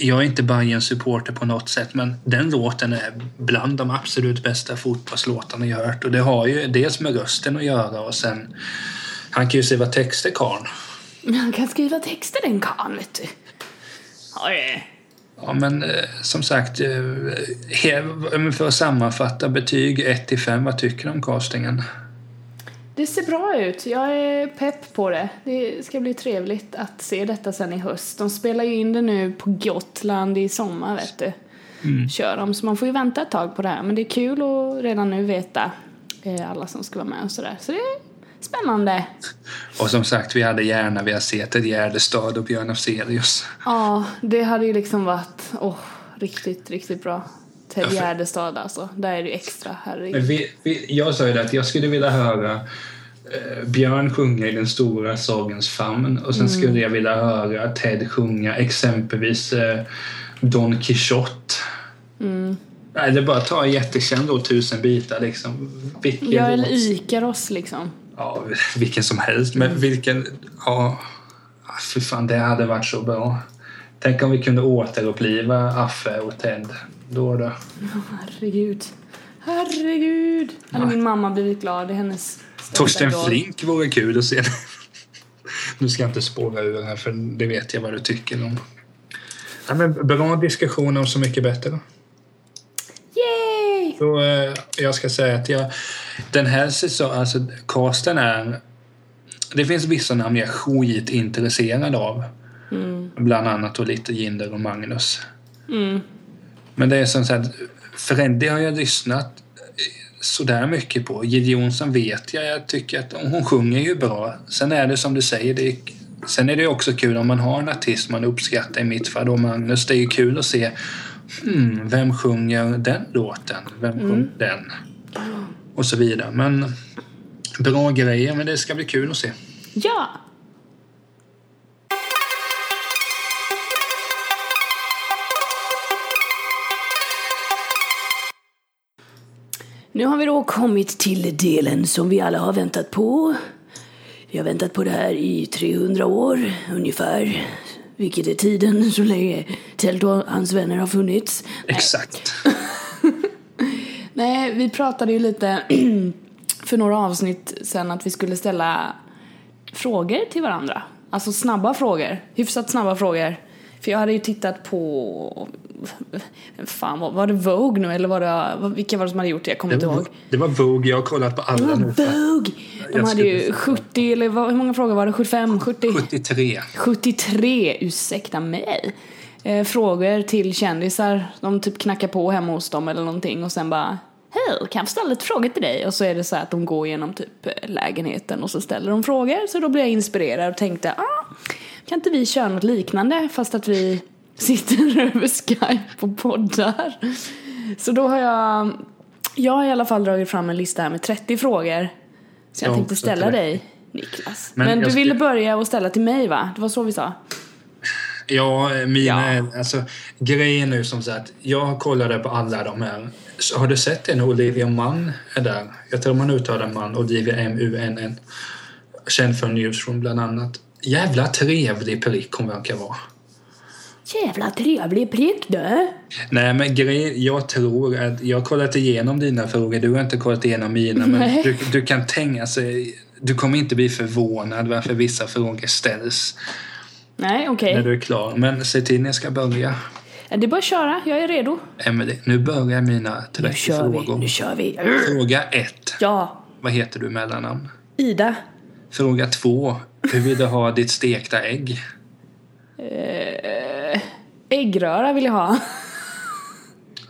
jag är inte Bayern supporter på något sätt men den låten är bland de absolut bästa fotbollslåtarna jag hört. Och det har ju dels med rösten att göra och sen... Han kan ju skriva texter karln. Men han kan skriva texter den kan, vet du. Oj. Ja, men eh, som sagt, eh, he- men för att sammanfatta betyg 1 till 5, vad tycker du om castingen? Det ser bra ut. Jag är pepp på det. Det ska bli trevligt att se detta sen i höst. De spelar ju in det nu på Gotland i sommar, vet du. Kör de, så man får ju vänta ett tag på det här. Men det är kul att redan nu veta eh, alla som ska vara med och sådär. Så det är spännande. Och som sagt, vi hade gärna velat se Ted Gärdestad och Björn Afzelius. Ja, det hade ju liksom varit åh, riktigt, riktigt bra. Ted för- Gärdestad alltså. Där är det ju extra, herregud. Men vi, vi, jag sa ju det att jag skulle vilja höra eh, Björn sjunga i den stora sorgens famn och sen skulle jag vilja höra Ted sjunga exempelvis eh, Don Quixote. Nej, det är bara att ta en jättekänd och tusen bitar liksom. Vilken, Jag är låt- Ikaros liksom. ja, vilken som helst, men vilken... Ja, ah, fy fan, det hade varit så bra. Tänk om vi kunde återuppliva Affe och Ted. Då då. Herregud. Herregud. Hade min mamma blivit glad. Det är hennes största Torsten idol. Flink vore kul att se. Nu ska jag inte spåra ur här för det vet jag vad du tycker om. Ja, men bra diskussion om Så mycket bättre. Yay! Så, eh, jag ska säga att jag, den här säsongen, alltså casten är... Det finns vissa namn jag är skitintresserad av. Bland annat och lite Ginder och Magnus. Men det är som sagt, Freddy har jag lyssnat eh, sådär mycket på. Jill Johnson vet jag, jag tycker att hon sjunger ju bra. Sen är det som du säger, det är, sen är det också kul om man har en artist man uppskattar, i mitt fall då Magnus. Det är ju kul att se, hmm, vem sjunger den låten? Vem sjunger den? Och så vidare. Men bra grejer, men det ska bli kul att se. Ja! Nu har vi då kommit till delen som vi alla har väntat på. Vi har väntat på det här i 300 år ungefär, vilket är tiden så länge Tält och hans vänner har funnits. Exakt. Nej, vi pratade ju lite för några avsnitt sen att vi skulle ställa frågor till varandra. Alltså snabba frågor, hyfsat snabba frågor. För jag hade ju tittat på, fan var, var det Vogue nu eller var det, vad- vilka var det som hade gjort det? Jag kommer Det inte var, ihåg. det var Vogue, jag har kollat på Det alla var nu. Vogue! De Jag hade ju skulle- 70 eller vad, hur många frågor var det? 75? 70? 73. 73, ursäkta mig. Eh, frågor till kändisar. De typ knackar på hemma hos dem eller någonting och sen bara Hej, kan jag få ställa lite frågor till dig? Och så är det så här att de går genom typ lägenheten och så ställer de frågor. Så då blev jag inspirerad och tänkte, ah, kan inte vi köra något liknande fast att vi sitter över Skype och poddar? Så då har jag, jag har i alla fall dragit fram en lista här med 30 frågor. Så jag Ja, tänkte så ställa tre. dig, Niklas. Men, Men jag du skulle- ville börja och ställa till mig va? Det var så vi sa? Ja, mina... Ja. Alltså, grejen nu som sagt, jag kollade på alla de här. Så har du sett en Olivia Munn är där? Jag tror man uttalar Munn, Olivia M-U-N-N. Känd från Newsroom bland annat. Jävla trevlig prick hon verkar vara. Jävla trevlig prick du! Nej men grejen, jag tror att jag har kollat igenom dina frågor, du har inte kollat igenom mina. Men Nej. du, du kan tänka sig, du kommer inte bli förvånad varför vissa frågor ställs Nej okej, när du är klar. Men se till när jag ska börja. det är bara att köra, jag är redo. Emelie, nu börjar mina 30 frågor. kör vi. Fråga 1. Ja, Vad heter du i mellannamn? Ida. Fråga 2. Hur vill du ha ditt stekta ägg? Äggröra vill jag ha.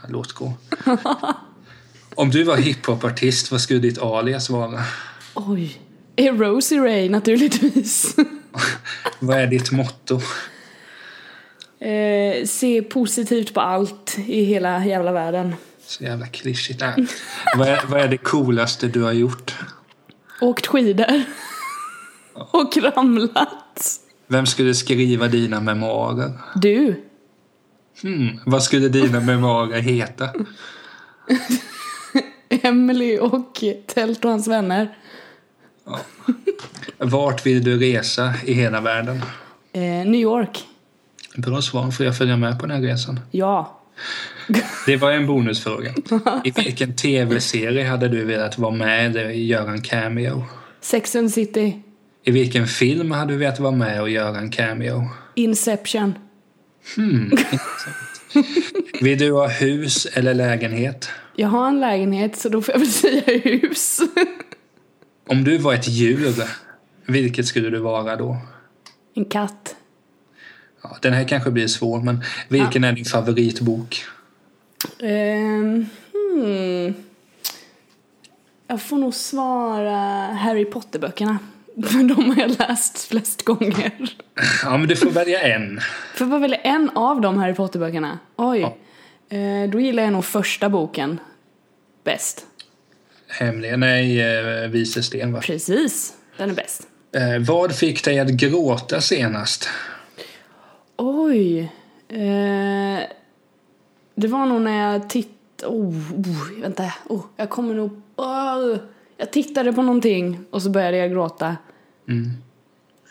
Låt gå. Om du var hiphopartist, vad skulle ditt alias vara? Oj. Är Rosie Ray naturligtvis. Vad är ditt motto? eh, se positivt på allt i hela jävla världen. Så jävla klyschigt. Nej. Vad, är, vad är det coolaste du har gjort? Åkt skidor. och ramlat. Vem skulle skriva dina memoarer? Du. Mm. Vad skulle dina memoarer heta? Emily och Tält och hans vänner. Vart vill du resa i hela världen? Eh, New York. Bra svar. Får jag följa med på den här resan? Ja. Det var en bonusfråga. I vilken tv-serie hade du velat vara med eller göra en cameo? Sex and the City. I vilken film hade du velat vara med och göra en cameo? Inception. Vill du ha hus eller lägenhet? Jag har en lägenhet så då får jag väl säga hus. Om du var ett djur, vilket skulle du vara då? en katt. Ja, den här kanske blir svår, men vilken är din favoritbok? Ehm, hmm. Jag får nog svara Harry Potter-böckerna. För de har jag läst flest gånger. Ja, men du får välja en. För vad väl en av de Harry Potter-böckerna? Oj. Eh, då gillar jag nog första boken bäst. Hemliga, nej, eh, Vise Sten va? Precis, den är bäst. Eh, Vad fick dig att gråta senast? Oj. Eh, det var nog när jag tittade... Oh, oh, vänta. Oh, jag kommer nog... Oh, jag tittade på någonting och så började jag gråta.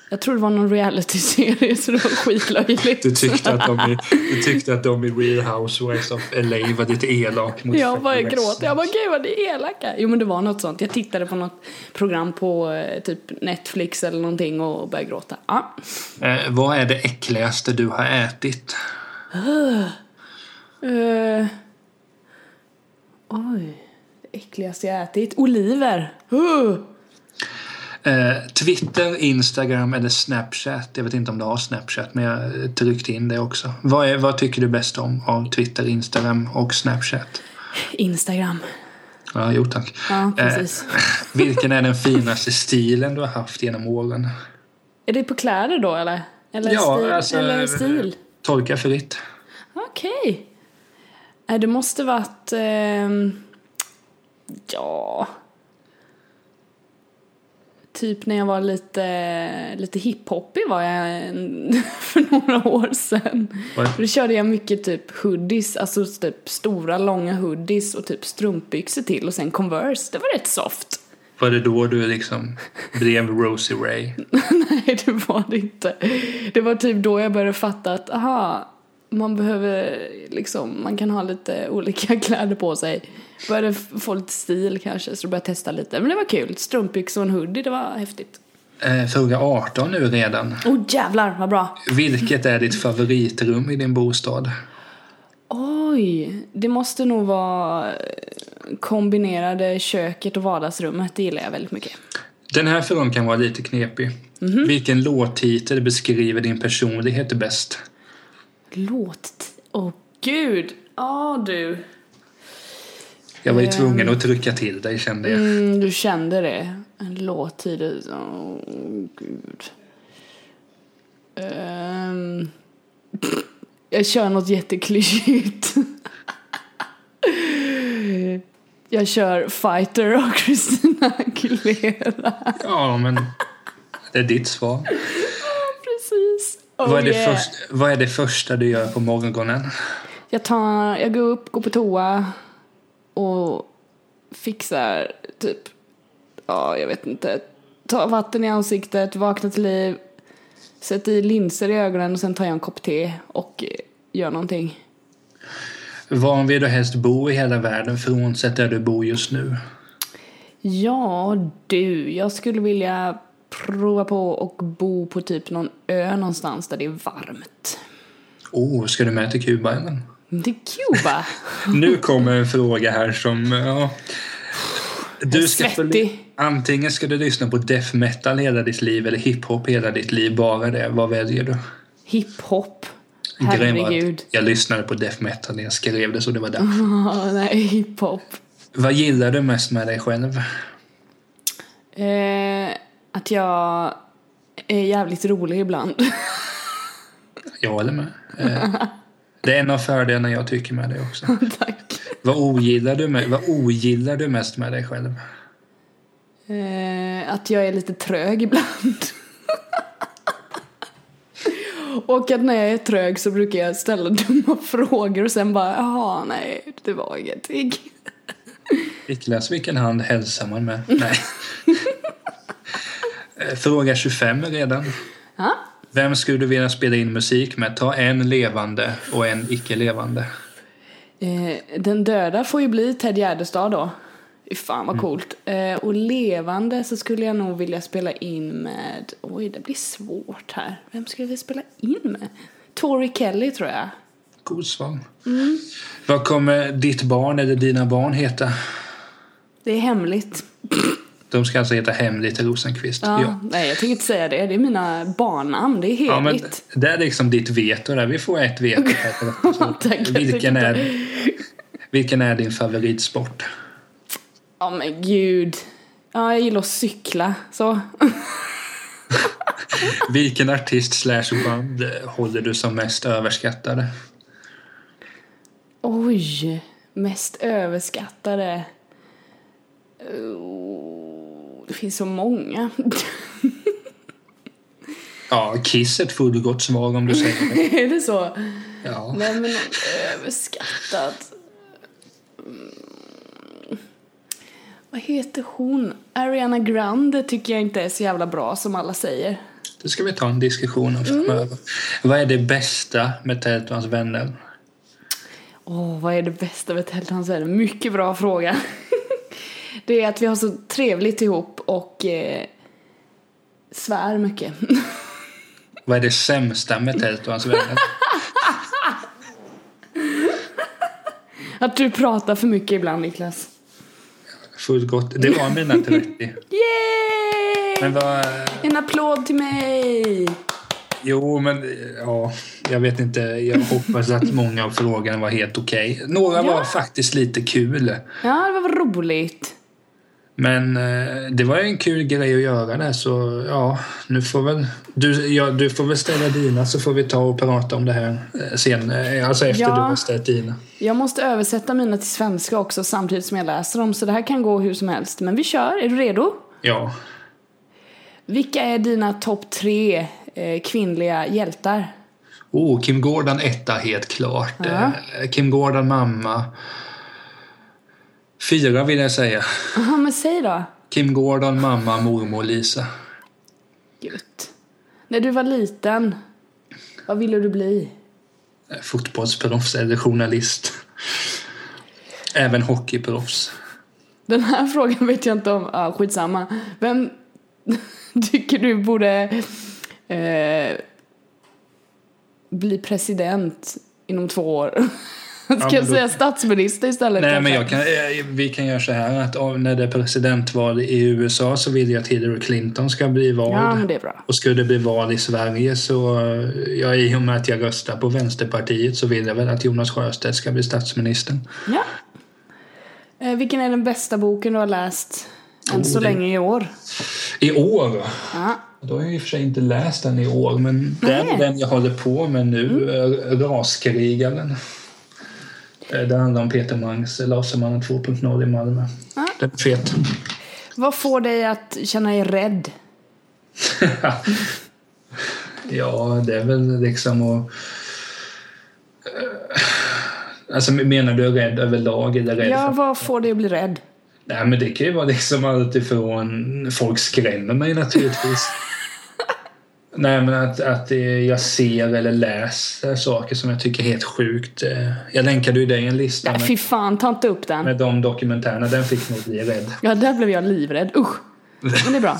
Jag tror det var någon reality-serie så det var skitlöjligt. Du tyckte att de i, du tyckte att de i Real Housewives of LA var lite elak mot Jag bara Freddy West. gråter. Jag bara gud vad ni är elaka. Jo men det var något sånt. Jag tittade på något program på eh, typ Netflix eller någonting och började gråta. Ja. Eh, vad är det äckligaste du har ätit? Eh, oj. Det äckligaste jag ätit. Oliver. Huh. Eh, Twitter, Instagram eller Snapchat. Jag vet inte om du har Snapchat, men jag tryckte in det också. Vad, är, vad tycker du bäst om av Twitter, Instagram och Snapchat? Instagram. Ja, jo tack. Ja, precis. Vilken är den finaste stilen du har haft genom åren? Är det på kläder då eller? Eller Ja, stil? alltså, eller stil? Torka fritt. Okej. Nej, Det måste varit... ehm, ja... Typ när jag var lite, lite hiphoppig var jag en, för några år sedan. Vad- Då körde jag mycket typ hoodies, alltså typ stora långa hoodies och typ strumpbyxor till och sen Converse. Det var rätt soft. Var det då du liksom blev Rosie Ray? Nej, det var det inte. Det var typ då jag började fatta att aha, man behöver liksom, man kan ha lite olika kläder på sig. Började f- få lite stil kanske, så då började jag testa lite. Men det var kul. Strumpbyxor och en hoodie, det var häftigt. Eh, Fråga 18 nu redan. Oh jävlar, vad bra! Vilket är ditt favoritrum i din bostad? Oj, det måste nog vara kombinerade köket och vardagsrummet. Det gillar jag väldigt mycket. Den här frågan kan vara lite knepig. Mhm. Vilken låttitel beskriver din personlighet bäst? Låt... Åh gud! Ja du. Jag var ju tvungen att trycka till dig kände jag. Eh. Mm, du kände det? En låttid. Åh, gud. Ehm, jag kör något jätteklyschigt. jag kör Fighter av Christina Aguilera. Ja, men det är ditt svar. Precis. Oh, vad, är det yeah. först, vad är det första du gör på morgonen? Jag, tar, jag går upp, går på toa och fixar typ, ja jag vet inte, tar vatten i ansiktet, vaknar till liv, sätter i linser i ögonen och sen tar jag en kopp te och eh, gör någonting. Var vill du helst bo i hela världen frånsett där du bor just nu? Ja du, jag skulle vilja prova på och bo på typ någon ö någonstans där det är varmt. Oh, ska du med till Kuba eller? Det är Kuba! Nu kommer en fråga här som... Ja, du ska få- Svettig. antingen ska du lyssna på death metal hela ditt liv eller hiphop hela ditt liv. Bara det. Vad väljer du? Hiphop. Grejen var att Herregud. Jag lyssnade på death metal när jag skrev det så det var där. Oh, nej, hiphop. Vad gillar du mest med dig själv? Eh, att jag är jävligt rolig ibland. Jag håller med. Eh, det är en av fördelarna jag tycker med dig också. Tack. Vad ogillar du, med, vad ogillar du mest med dig själv? Eh, att jag är lite trög ibland. och att när jag är trög så brukar jag ställa dumma frågor och sen bara jaha, nej, det var ingenting. Niklas, vilken hand hälsar man med? Mm. Nej. Eh, Fråga 25 redan. Ja. Vem skulle du vilja spela in musik med? Ta en levande och en icke-levande. Eh, den döda får ju bli Ted Gärdestad då. Fy Fan vad coolt. Eh, och levande så skulle jag nog vilja spela in med, oj det blir svårt här. Vem skulle vi spela in med? Tori Kelly tror jag. God svar. Mm. Vad kommer ditt barn eller dina barn heta? Det är hemligt. De ska alltså heta Hemligt Rosenqvist. Ja, Nej, jag tänker inte säga det. Det är mina barnnamn. Det är Ja, men heligt. det är liksom ditt veto där. Vi får ett veto. här. Så, Tack, jag vilken, tycker är, vilken är din favoritsport? Ja, men gud. Ja, jag gillar att cykla. Så. Vilken artist slash band eh, håller du som mest överskattade? Oj. Mest överskattade. Oh, Det finns så många. Ja, Kiss är ett fullgott svar om du säger det. är det så? Ja. Nej, men något överskattat. Mm. Vad heter hon? Ariana Grande tycker jag inte är så jävla bra som alla säger. Det ska vi ta en diskussion om framöver. Vad är det bästa med Tält och hans vänner? Åh, vad är det bästa med Tält och hans vänner? Mycket bra fråga. det är att vi har så trevligt ihop och eh, svär mycket. Vad är det sämsta med Tält och hans vänner? att du pratar för mycket ibland, Niklas. Fullgott. Det var mina 30. Yay! Yay! Men vad... En applåd till mig! Jo, men ja, jag vet inte. Jag hoppas att många av frågorna var helt okej. Några var Ja. faktiskt lite kul. Ja, det var väl roligt. Men eh, det var ju en kul grej att göra det så ja, nu får väl du, ja, du får väl ställa dina så får vi ta och prata om det här eh, sen, eh, alltså efter Ja. du har ställt dina. Jag måste översätta mina till svenska också samtidigt som jag läser dem, så det här kan gå hur som helst. Men vi kör, är du redo? Ja, Vilka är dina topp tre eh, kvinnliga hjältar? oh, Kim Gordon etta helt klart. Ja. Eh, Kim Gordon mamma. Fyra vill jag säga. Aha, men säg då. Kim Gordon mamma, mormor Lisa. Gud. När du var liten, vad ville du bli? Eh, Fotbollsproffs eller journalist. Även hockeyproffs. Den här frågan vet jag inte om. Ah, skitsamma. Vem tycker du borde eh, bli president inom två år? Ska men jag då- säga statsminister istället? Nej, kanske? men jag kan, eh, vi kan göra så här att av- när det är presidentval i USA så vill jag att Hillary Clinton ska bli Ja, vald. men det är bra. Och skulle det bli val i Sverige så, eh, ja, i och med att jag röstar på Vänsterpartiet så vill jag väl att Jonas Sjöstedt ska bli statsministern. Ja. Eh, vilken är den bästa boken du har läst än Oh, så det- länge i år? I år, Ja. då har jag i och för sig inte läst den i år, men den, Nej. den jag håller på med nu, mm. Raskrigaren. Eh, Det handlar om Peter Mangs, Lasermannen 2.0 i Malmö. Ja. Den är fet. Vad får dig att känna dig rädd? ja, det är väl liksom att... Alltså menar du rädd överlag eller rädd Ja, för... vad får dig att bli rädd? Nej men det kan ju vara liksom allt ifrån folk skrämmer mig naturligtvis. Nej men att, att eh, jag ser eller läser saker som jag tycker är helt sjukt. Eh, Jag länkade ju dig en lista Nej, med, fy fan, ta inte upp den. med de dokumentärerna. Den fick mig att bli rädd. Ja, där blev jag livrädd. Usch. Men det är bra.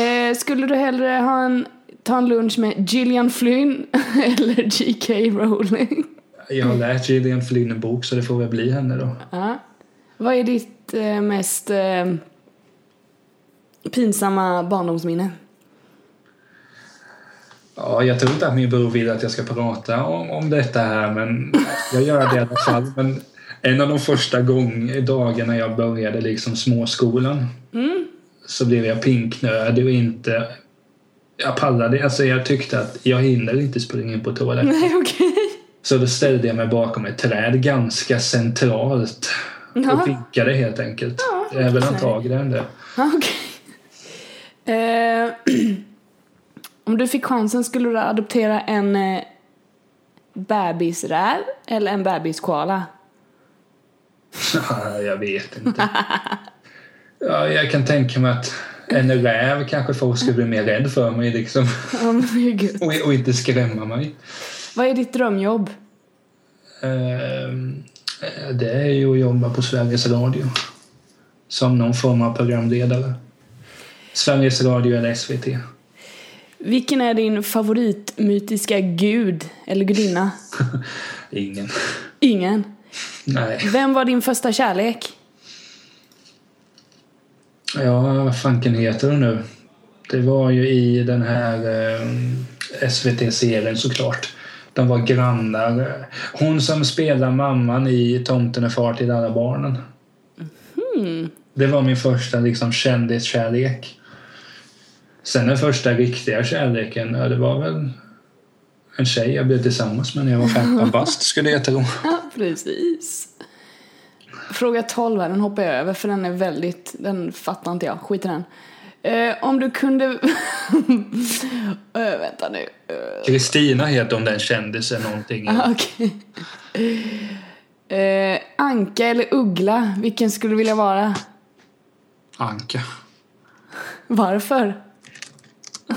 Eh, skulle du hellre ha en, ta en lunch med Gillian Flynn eller G.K. Rowling? Jag Mm. har lärt Gillian Flynn en bok så det får väl bli henne då. Ja. Vad är ditt eh, mest eh, pinsamma barndomsminne? Ja, jag tror inte att min bror vill att jag ska prata om, om detta här, men jag gör det i alla fall. Men en av de första gång, dagarna jag började liksom småskolan Mm. så blev jag pinknödig och inte... Jag pallade, alltså jag tyckte att jag hinner inte springa in på toaletten. Nej, okej. Så då ställde jag mig bakom ett träd ganska centralt Ja. och vinkade helt enkelt. Ja, det är väl okej. antagligen det. Ja, okej. Eh, om du fick chansen, skulle du adoptera en eh, bebisräv eller en bebiskoala? Ja, Jag vet inte. Ja, jag kan tänka mig att en räv kanske folk skulle bli mer rädd för mig liksom. Ja, men det är gud. och, och inte skrämma mig. Vad är ditt drömjobb? Ehm, eh, det är ju att jobba på Sveriges Radio. Som någon form av programledare. Sveriges Radio eller SVT. Vilken är din favoritmytiska gud eller gudinna? Ingen. Ingen. Nej. Vem var din första kärlek? Ja, vad fanken heter hon nu? Det var ju i den här eh, SVT-serien såklart. De var grannar. Hon som spelar mamman i Tomten är far till alla barnen. Mhm. Det var min första liksom kändiskärlek. Sen den första riktiga kärleken, ja, det var väl en tjej jag blev tillsammans med när jag var 15 bast skulle jag tro. Ja, precis. Fråga 12 här, den hoppar jag över för den är väldigt, den fattar inte jag, skit i den. Eh, om du kunde... Eh, vänta nu. Eh, Kristina heter hon den kändisen någonting. ah, Okej. Eh, anka eller uggla, vilken skulle du vilja vara? Anka. Varför?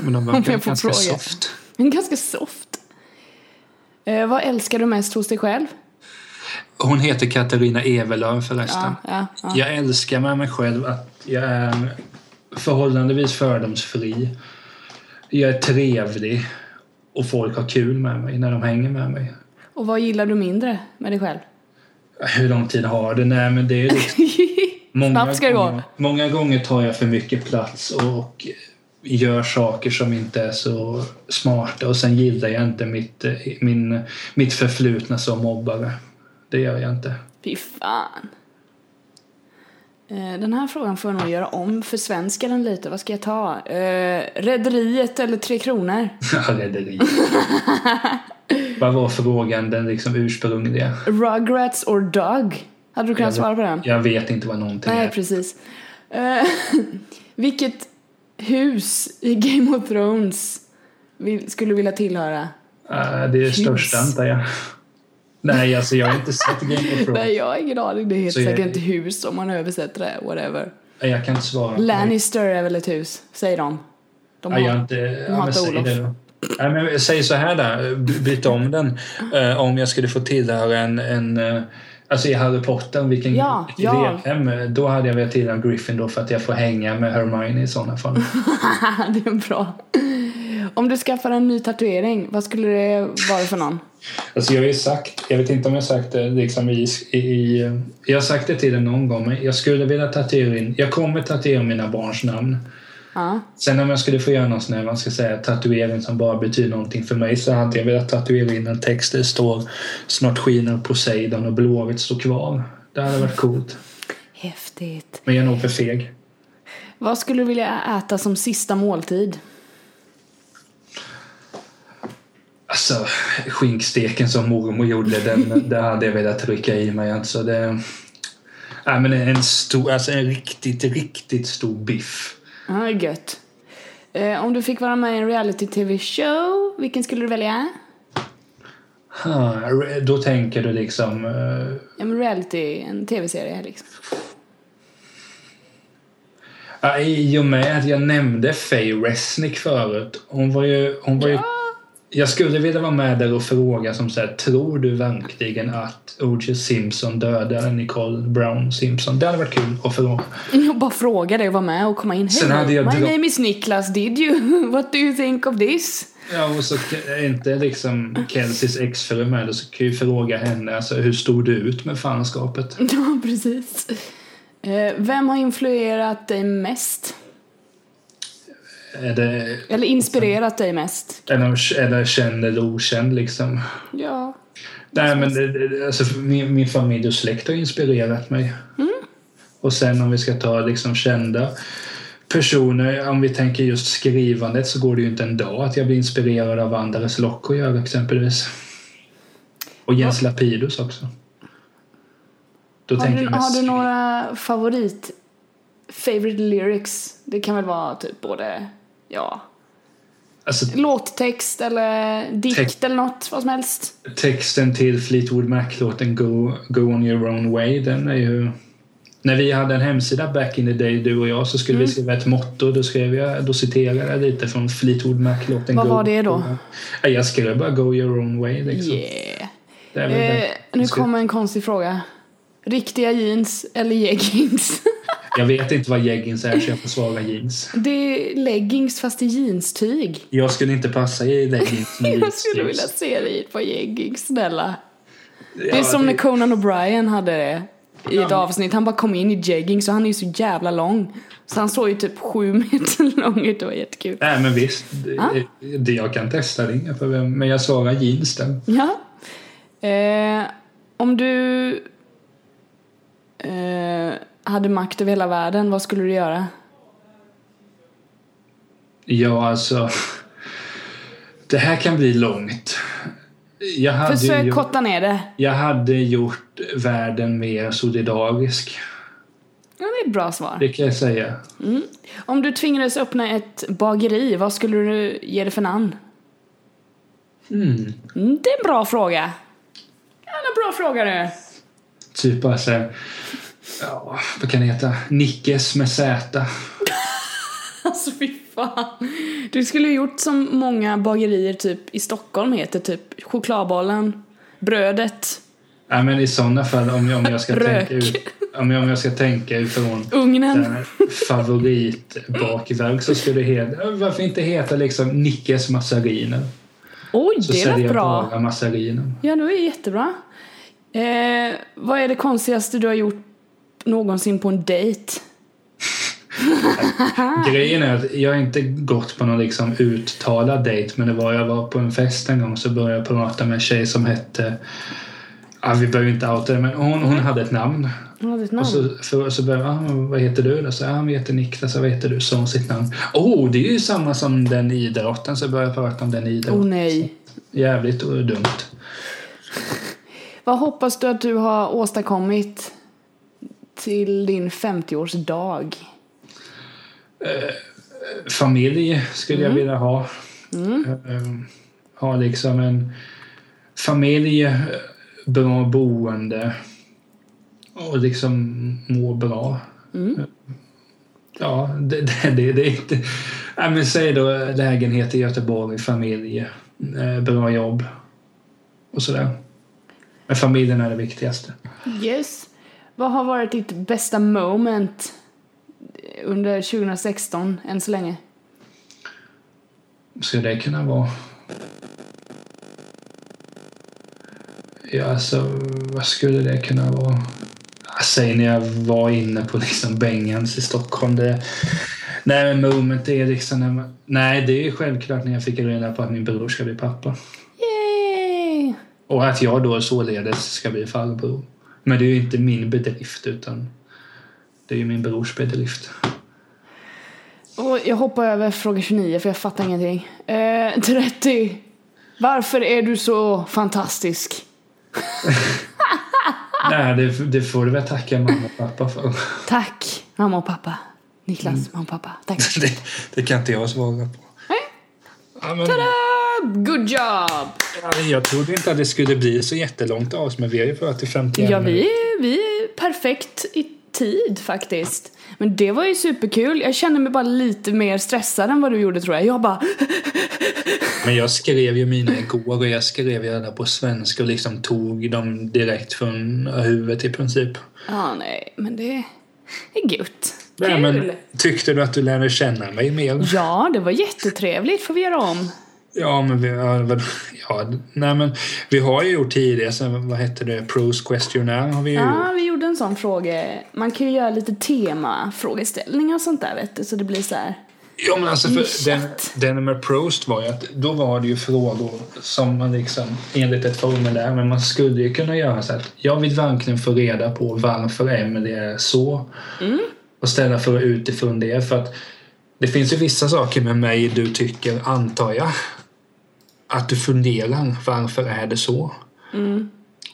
Men de verkar jag får ganska fråga. soft. Men ganska soft. Eh, vad älskar du mest hos dig själv? Hon heter Katarina Evelöv förresten. Ja, ja, ja. Jag älskar med mig själv att jag är förhållandevis fördomsfri. Jag är trevlig och folk har kul med mig när de hänger med mig. Och vad gillar du mindre med dig själv? Hur lång tid har du? Nej, men det är liksom många, Snabbt ska det gå. gånger, många gånger tar jag för mycket plats och gör saker som inte är så smarta och sen gillar jag inte mitt, eh, min, mitt förflutna som mobbare. Det gör jag inte. Fy fan. Eh, Den här frågan får jag nog göra om för svenska den lite. Vad ska jag ta? Eh, Rederiet eller Tre Kronor? Rederi. Vad var frågan den liksom ursprungliga? Rugrats or Doug? Hade du kunnat svara på den? Jag vet inte vad någonting Nej, är. precis. Eh, vilket hus i Game of Thrones vill, skulle du vilja tillhöra? Eh, Det är det största Hus. antar jag. Nej, alltså jag har inte sett Game of Thrones. Nej, jag har ingen aning. Det Så heter jag- säkert inte hus om man översätter det. Whatever. Nej, Jag kan inte svara. på det. Lannister är väl ett hus, säger de. de Ja, jag har har... inte... har Ja, men inte säg Olof. det då. Nej, men jag säger så här där, by- byt om den. Eh, om jag skulle få tillhöra en... en eh, alltså i Harry Potter, vilken Ja, vilket ja. elevhem, eh, Då hade jag velat tillhöra Gryffindor för att jag får hänga med Hermione i sådana fall. det är bra. Om du skaffar en ny tatuering, vad skulle det vara för någon? Alltså jag har ju sagt, jag vet inte om jag har sagt det liksom i, i, i jag har sagt det till den någon gång, men jag skulle vilja tatuera in, jag kommer tatuera mina barns namn. Ja. Sen om jag skulle få göra någon sån här, man ska säga tatuering som bara betyder någonting för mig så hade jag velat tatuera in en text där det står Snart skiner Poseidon och Blåvitt står kvar. Det hade varit coolt. Häftigt. Men jag är nog för feg. Vad skulle du vilja äta som sista måltid? Alltså, skinksteken som mormor gjorde, den, det hade jag velat trycka i mig. Alltså, det, nej, men en, stor, alltså en riktigt, riktigt stor biff. Ja, gött. Eh, om du fick vara med i en reality-tv-show, vilken skulle du välja? Ah, re- Då tänker du liksom... eh, Ja, men reality, en tv-serie liksom. Ja, I och med att jag nämnde Faye Resnick förut. Hon var ju... Hon var ju Jag skulle vilja vara med där och fråga som så här, tror du verkligen att O.J. Simpson dödade Nicole Brown Simpson? Det hade varit kul att fråga. Jag bara fråga dig att vara med och komma in. Sen hade jag My drömt- name is Niklas, did you? What do you think of this? Ja, och så k- är inte liksom Kelseys exfru med då så kan jag ju fråga henne alltså, hur stod du ut med fanskapet? Ja, precis. Eh, vem har influerat dig mest? Är det, Eller inspirerat dig mest? är det, är det känd eller okänd liksom? Ja. Nej, men det- det- alltså, min, min familj och släkt har inspirerat mig. Mm. Och sen om vi ska ta liksom kända personer, om vi tänker just skrivandet så går det ju inte en dag att jag blir inspirerad av vad Andres Lokko gör exempelvis. Och Jens Lapidus också. Då Har tänker du, jag mest har du skri- några favorit... Favorite lyrics? Det kan väl vara typ både... Ja. Alltså Låttext eller dikt eller något, vad som helst. texten till Fleetwood Mac-låten Go, Go on your own way, den är ju... När vi hade en hemsida back in the day, du och jag, så skulle Mm. vi skriva ett motto. Då, skrev jag, då citerade jag lite från Fleetwood Mac-låten Vad Go- var det då? Ja, Jag skrev bara Go your own way. Liksom. Yeah. Det är väl Eh, den- nu kommer en konstig fråga. Riktiga jeans eller leggings? Jag vet inte vad jeggings är, så jag får svara jeans. det är leggings fast i jeanstyg. Jag skulle inte passa i leggings med Jag jeans, skulle jeans. vilja se dig i ett par leggings, snälla. Det är Ja, som det- när Conan O'Brien hade det i ett Ja. avsnitt. Han bara kom in i jeggings och han är ju så jävla lång. Så han såg ju typ sju meter lång ut, det var jättekul. Nej, men visst. Det, Ja. det, jag kan testa det, inga problem. Men jag svarar jeans där. Ja. Eh, om du eh, hade makt över hela världen, vad skulle du göra? Ja, alltså... Det här kan bli långt. Jag hade, ju, Försök gjort- korta ner det. jag hade gjort världen mer solidarisk. Ja, det är ett bra svar. Det kan jag säga. Om du tvingades öppna ett bageri, vad skulle du ge det för namn? Mm. Mm, det är en bra fråga. Jävla bra fråga du. Typ bara så här, ja, vad kan det heta? Nickes med Z. Alltså fy fan. Du skulle ju gjort som många bagerier typ i Stockholm heter, typ chokladbollen, brödet, Nej, men i sådana fall om jag, om jag ska Rök. tänka ut, om jag, om jag ska tänka utifrån ugnen. där favoritbakverk så skulle det heta, varför inte heta liksom Nickes massariner? Oj, Så det säljer var jag bra. bara massariner. Ja, det är jättebra. Eh, vad är det konstigaste du har gjort någonsin på en dejt? Grejen är att jag har inte gått på någon liksom uttalad dejt men det var jag var på en fest en gång så började jag prata med en tjej som hette ah, vi behöver inte outa det, men hon, hon hade ett namn. Hon hade ett Och namn. så, för, så började jag, ah, vad heter du då? Så, ah, jag heter Niklas, "Ah, vad heter du? Så hon sitt namn. Oh, det är ju samma som den idrotten. Så började jag prata om den idrotten. oh nej. Jävligt och dumt. Vad hoppas du att du har åstadkommit till din 50-årsdag? Familj skulle jag vilja ha. Eh, eh, Ha liksom en familj, eh, bra boende och liksom må bra. Eh, Ja, det, det, det, det är inte... Nej, men säg då eh, lägenhet i Göteborg, familj, eh, bra jobb och sådär. Men familjen är det viktigaste. Yes. Vad har varit ditt bästa moment under 2016 än så länge? skulle det kunna vara? Ja, alltså vad skulle det kunna vara? Säg när jag var inne på liksom Bengans i Stockholm. Det, nej, men moment är liksom när man, Nej, det är ju självklart när jag fick reda på att min bror ska bli pappa. Yay! Och att jag då således ska bli farbror. Men det är ju inte min bedrift utan det är ju min brors bedrift. Och jag hoppar över fråga 29 för jag fattar ingenting. Eh, 30. Varför är du så fantastisk? Nej, det, det får du väl tacka mamma och pappa för. Tack mamma och pappa. Niklas, mamma och pappa. Tack. Det, det kan inte jag svara på. Ja, men, Good job! ja, jag trodde inte att det skulle bli så jättelångt avsnitt, men vi har ju pratat i 51 Ja, vi minuter. är, vi är perfekt i tid faktiskt. Men det var ju superkul. Jag känner mig bara lite mer stressad än vad du gjorde tror jag. Jag bara... Men jag skrev ju mina igår och jag skrev ju alla på svenska och liksom tog dem direkt från huvudet i princip. Ja, nej, men det är gött. Ja, Kul! men, tyckte du att du lärde känna mig mer? Ja, det var jättetrevligt. Får vi göra om? Ja, men vi, ja, vad- ja, nej, men vi har ju gjort tidigare, så vad hette det, Pros Questionnaire har vi ju gjort. Ja, vi gjorde en sån fråga. Man kan ju göra lite temafrågeställningar och sånt där vet du. Så det blir så här. Ja, men alltså för den, Nischat. den med Prost var ju att då var det ju frågor som man liksom enligt ett formulär, men man skulle ju kunna göra så att jag vill verkligen få reda på varför Emelie är så och ställa frågor utifrån det för att det finns ju vissa saker med mig du tycker, antar jag, att du funderar varför är det så?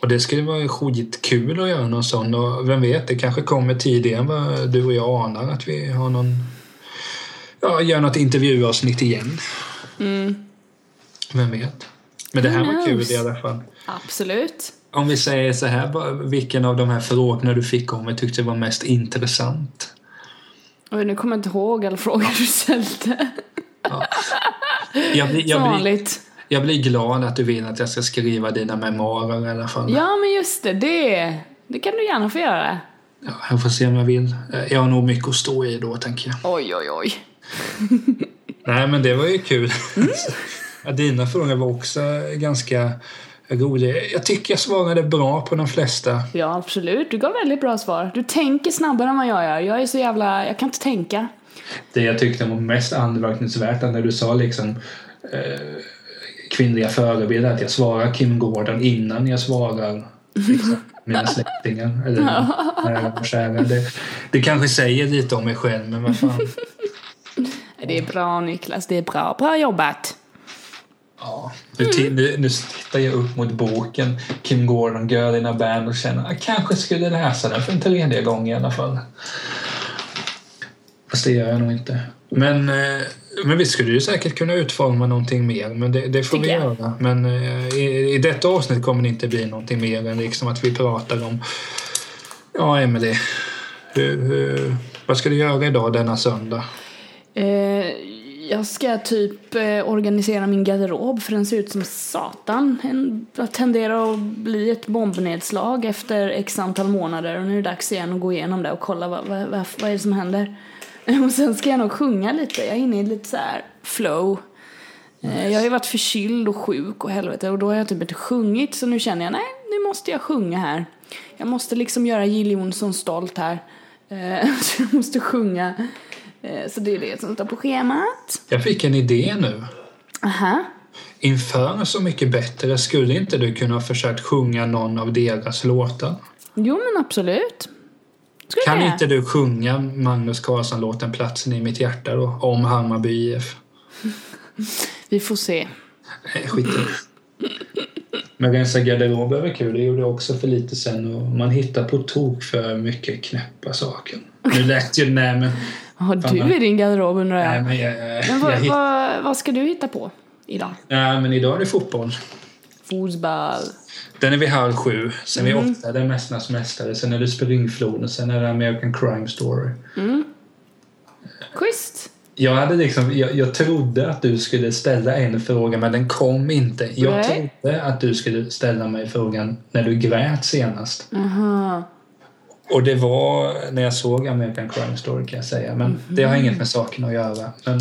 Och det skulle vara skitkul att göra någon sån och vem vet, det kanske kommer tidigare än vad du och jag anar att vi har någon ja, gör något intervjuavsnitt igen. Vem vet? Men det här Mm. Who var knows? kul i alla fall. Absolut. Om vi säger så här, bara, vilken av de här frågorna du fick om vi tyckte var mest intressant? Och nu kommer jag inte ihåg alla frågor du ställde. Jag blir, Som jag, blir, vanligt. jag blir glad att du vill att jag ska skriva dina memoarer i alla fall. Ja, men just det. Det, det kan du gärna få göra. Ja, jag får se om jag vill. Eh, Jag har nog mycket att stå i då, tänker jag. Oj, oj, oj. Nej, men det var ju kul. ja, dina frågor var också ganska roliga. Jag tycker jag svarade bra på de flesta. Ja, absolut. Du gav väldigt bra svar. Du tänker snabbare än vad jag gör. Jag är så jävla... Jag kan inte tänka. Det jag tyckte var mest anmärkningsvärt är när du sa liksom eh, kvinnliga förebilder att jag svarar Kim Gordon innan jag svarar liksom, mina släktingar eller nära och kära. Det, det kanske säger lite om mig själv men vad fan. Det är bra, Niklas. Det är bra. Bra jobbat. Ja. Nu, ti- nu, nu tittar jag upp mot boken Kim Gordon, Girl in a band och känner att jag kanske skulle läsa den för en tredje gång i alla fall. Fast det gör jag nog inte. Men, eh, men vi skulle ju säkert kunna utforma någonting mer. Men det, det får vi Tycker jag. göra. Men eh, i, i detta avsnitt kommer det inte bli någonting mer än liksom att vi pratar om Ja, Emily. Hur, hur, vad ska du göra idag denna söndag? Eh, jag ska typ eh, organisera min garderob för den ser ut som satan. En, jag tenderar att bli ett bombnedslag efter x antal månader och nu är det dags igen att gå igenom det och kolla vad, vad, vad, vad är det som händer. Och sen ska jag nog sjunga lite. Jag är inne i lite så här flow. Eh, Jag har ju varit förkyld och sjuk och helvete och då har jag typ inte sjungit så nu känner jag nej, nu måste jag sjunga här. Jag måste liksom göra Jill Johnson stolt här. Eh, så jag måste sjunga. Eh, så det är det som står på schemat. Jag fick en idé nu. Aha. Inför Så mycket bättre, skulle inte du kunna ha försökt sjunga någon av deras låtar? Jo men absolut. Ska Kan jag? inte du sjunga Magnus Carlsson-låten Platsen i mitt hjärta då? Om Hammarby IF? Vi får se. Nej, skit i det. Men rensa garderober var kul. Det gjorde jag också för lite sen. Och man hittar på tok för mycket knäppa saker. Nu lät ju... Nej, men... Har Fan, du men- i din garderob undrar Nej, jag. men, jag, jag Men vad, hitt, vad, vad ska du hitta på idag? nej, men idag är det fotboll. Fotboll. Den är vid halv sju. Sen vid Mm. åtta, den är Mästarnas mästare. Sen är det Springfloden. Sen är det American Crime Story. Schysst. Jag, hade liksom, jag, jag trodde att du skulle ställa en fråga, men den kom inte. Jag Nej. trodde att du skulle ställa mig frågan när du grät senast. Aha. Och det var när jag såg American Crime Story kan jag säga. Men det har inget med saken att göra. Men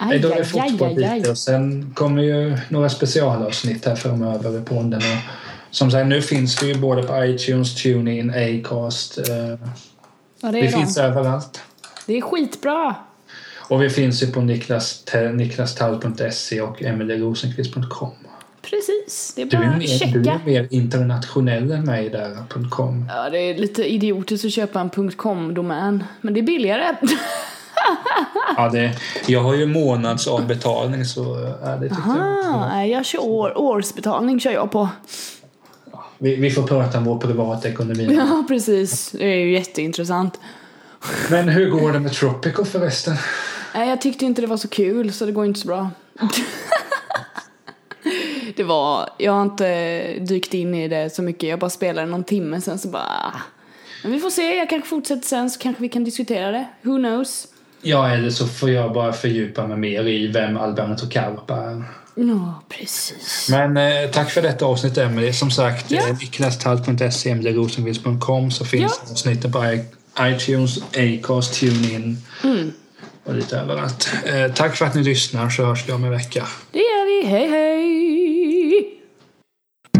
Mhm. Aj, då är det aj, aj, fotboll aj, aj. lite och sen kommer ju några specialavsnitt här framöver i podden. Och som sagt, nu finns det ju både på iTunes, TuneIn, Acast. Eh, Ja, det, vi är de. finns överallt. det är skitbra. Och vi finns ju på niklas- te- niklastall.se och emilierosenqvist.com. Precis. Det är Du bara är, att mer, du Ah, checka. är mer internationell än mig där, eh, .com. Ja, det är lite idiotiskt att köpa en .com-domän. Men det är billigare. Ah. Ja, det, jag har ju månadsavbetalning så äh, det tyckte jag. Ah, nej, jag kör år, årsbetalning kör jag på. Vi, vi får prata om vår privatekonomi. Ja, precis. Det är ju jätteintressant. Men hur går det med Tropico förresten? Nej, jag tyckte inte det var så kul så det går inte så bra. det var, jag har inte dykt in i det så mycket. Jag bara spelade någon timme sen så bara... ah. Men vi får se, jag kanske fortsätter sen så kanske vi kan diskutera det. Who knows? Ja, eller så får jag bara fördjupa mig mer i vem Alberto Carpa är. Ja, precis. Men eh, tack för detta avsnitt, Emelie. Som sagt, eh, Ja. ja. niklastalt.se, emilierosenqvist.com så finns Ja. avsnitten på i- iTunes, Acast, TuneIn Mm. och lite överallt. Eh, tack för att ni lyssnar så hörs vi om en vecka. Det gör vi, hej hej!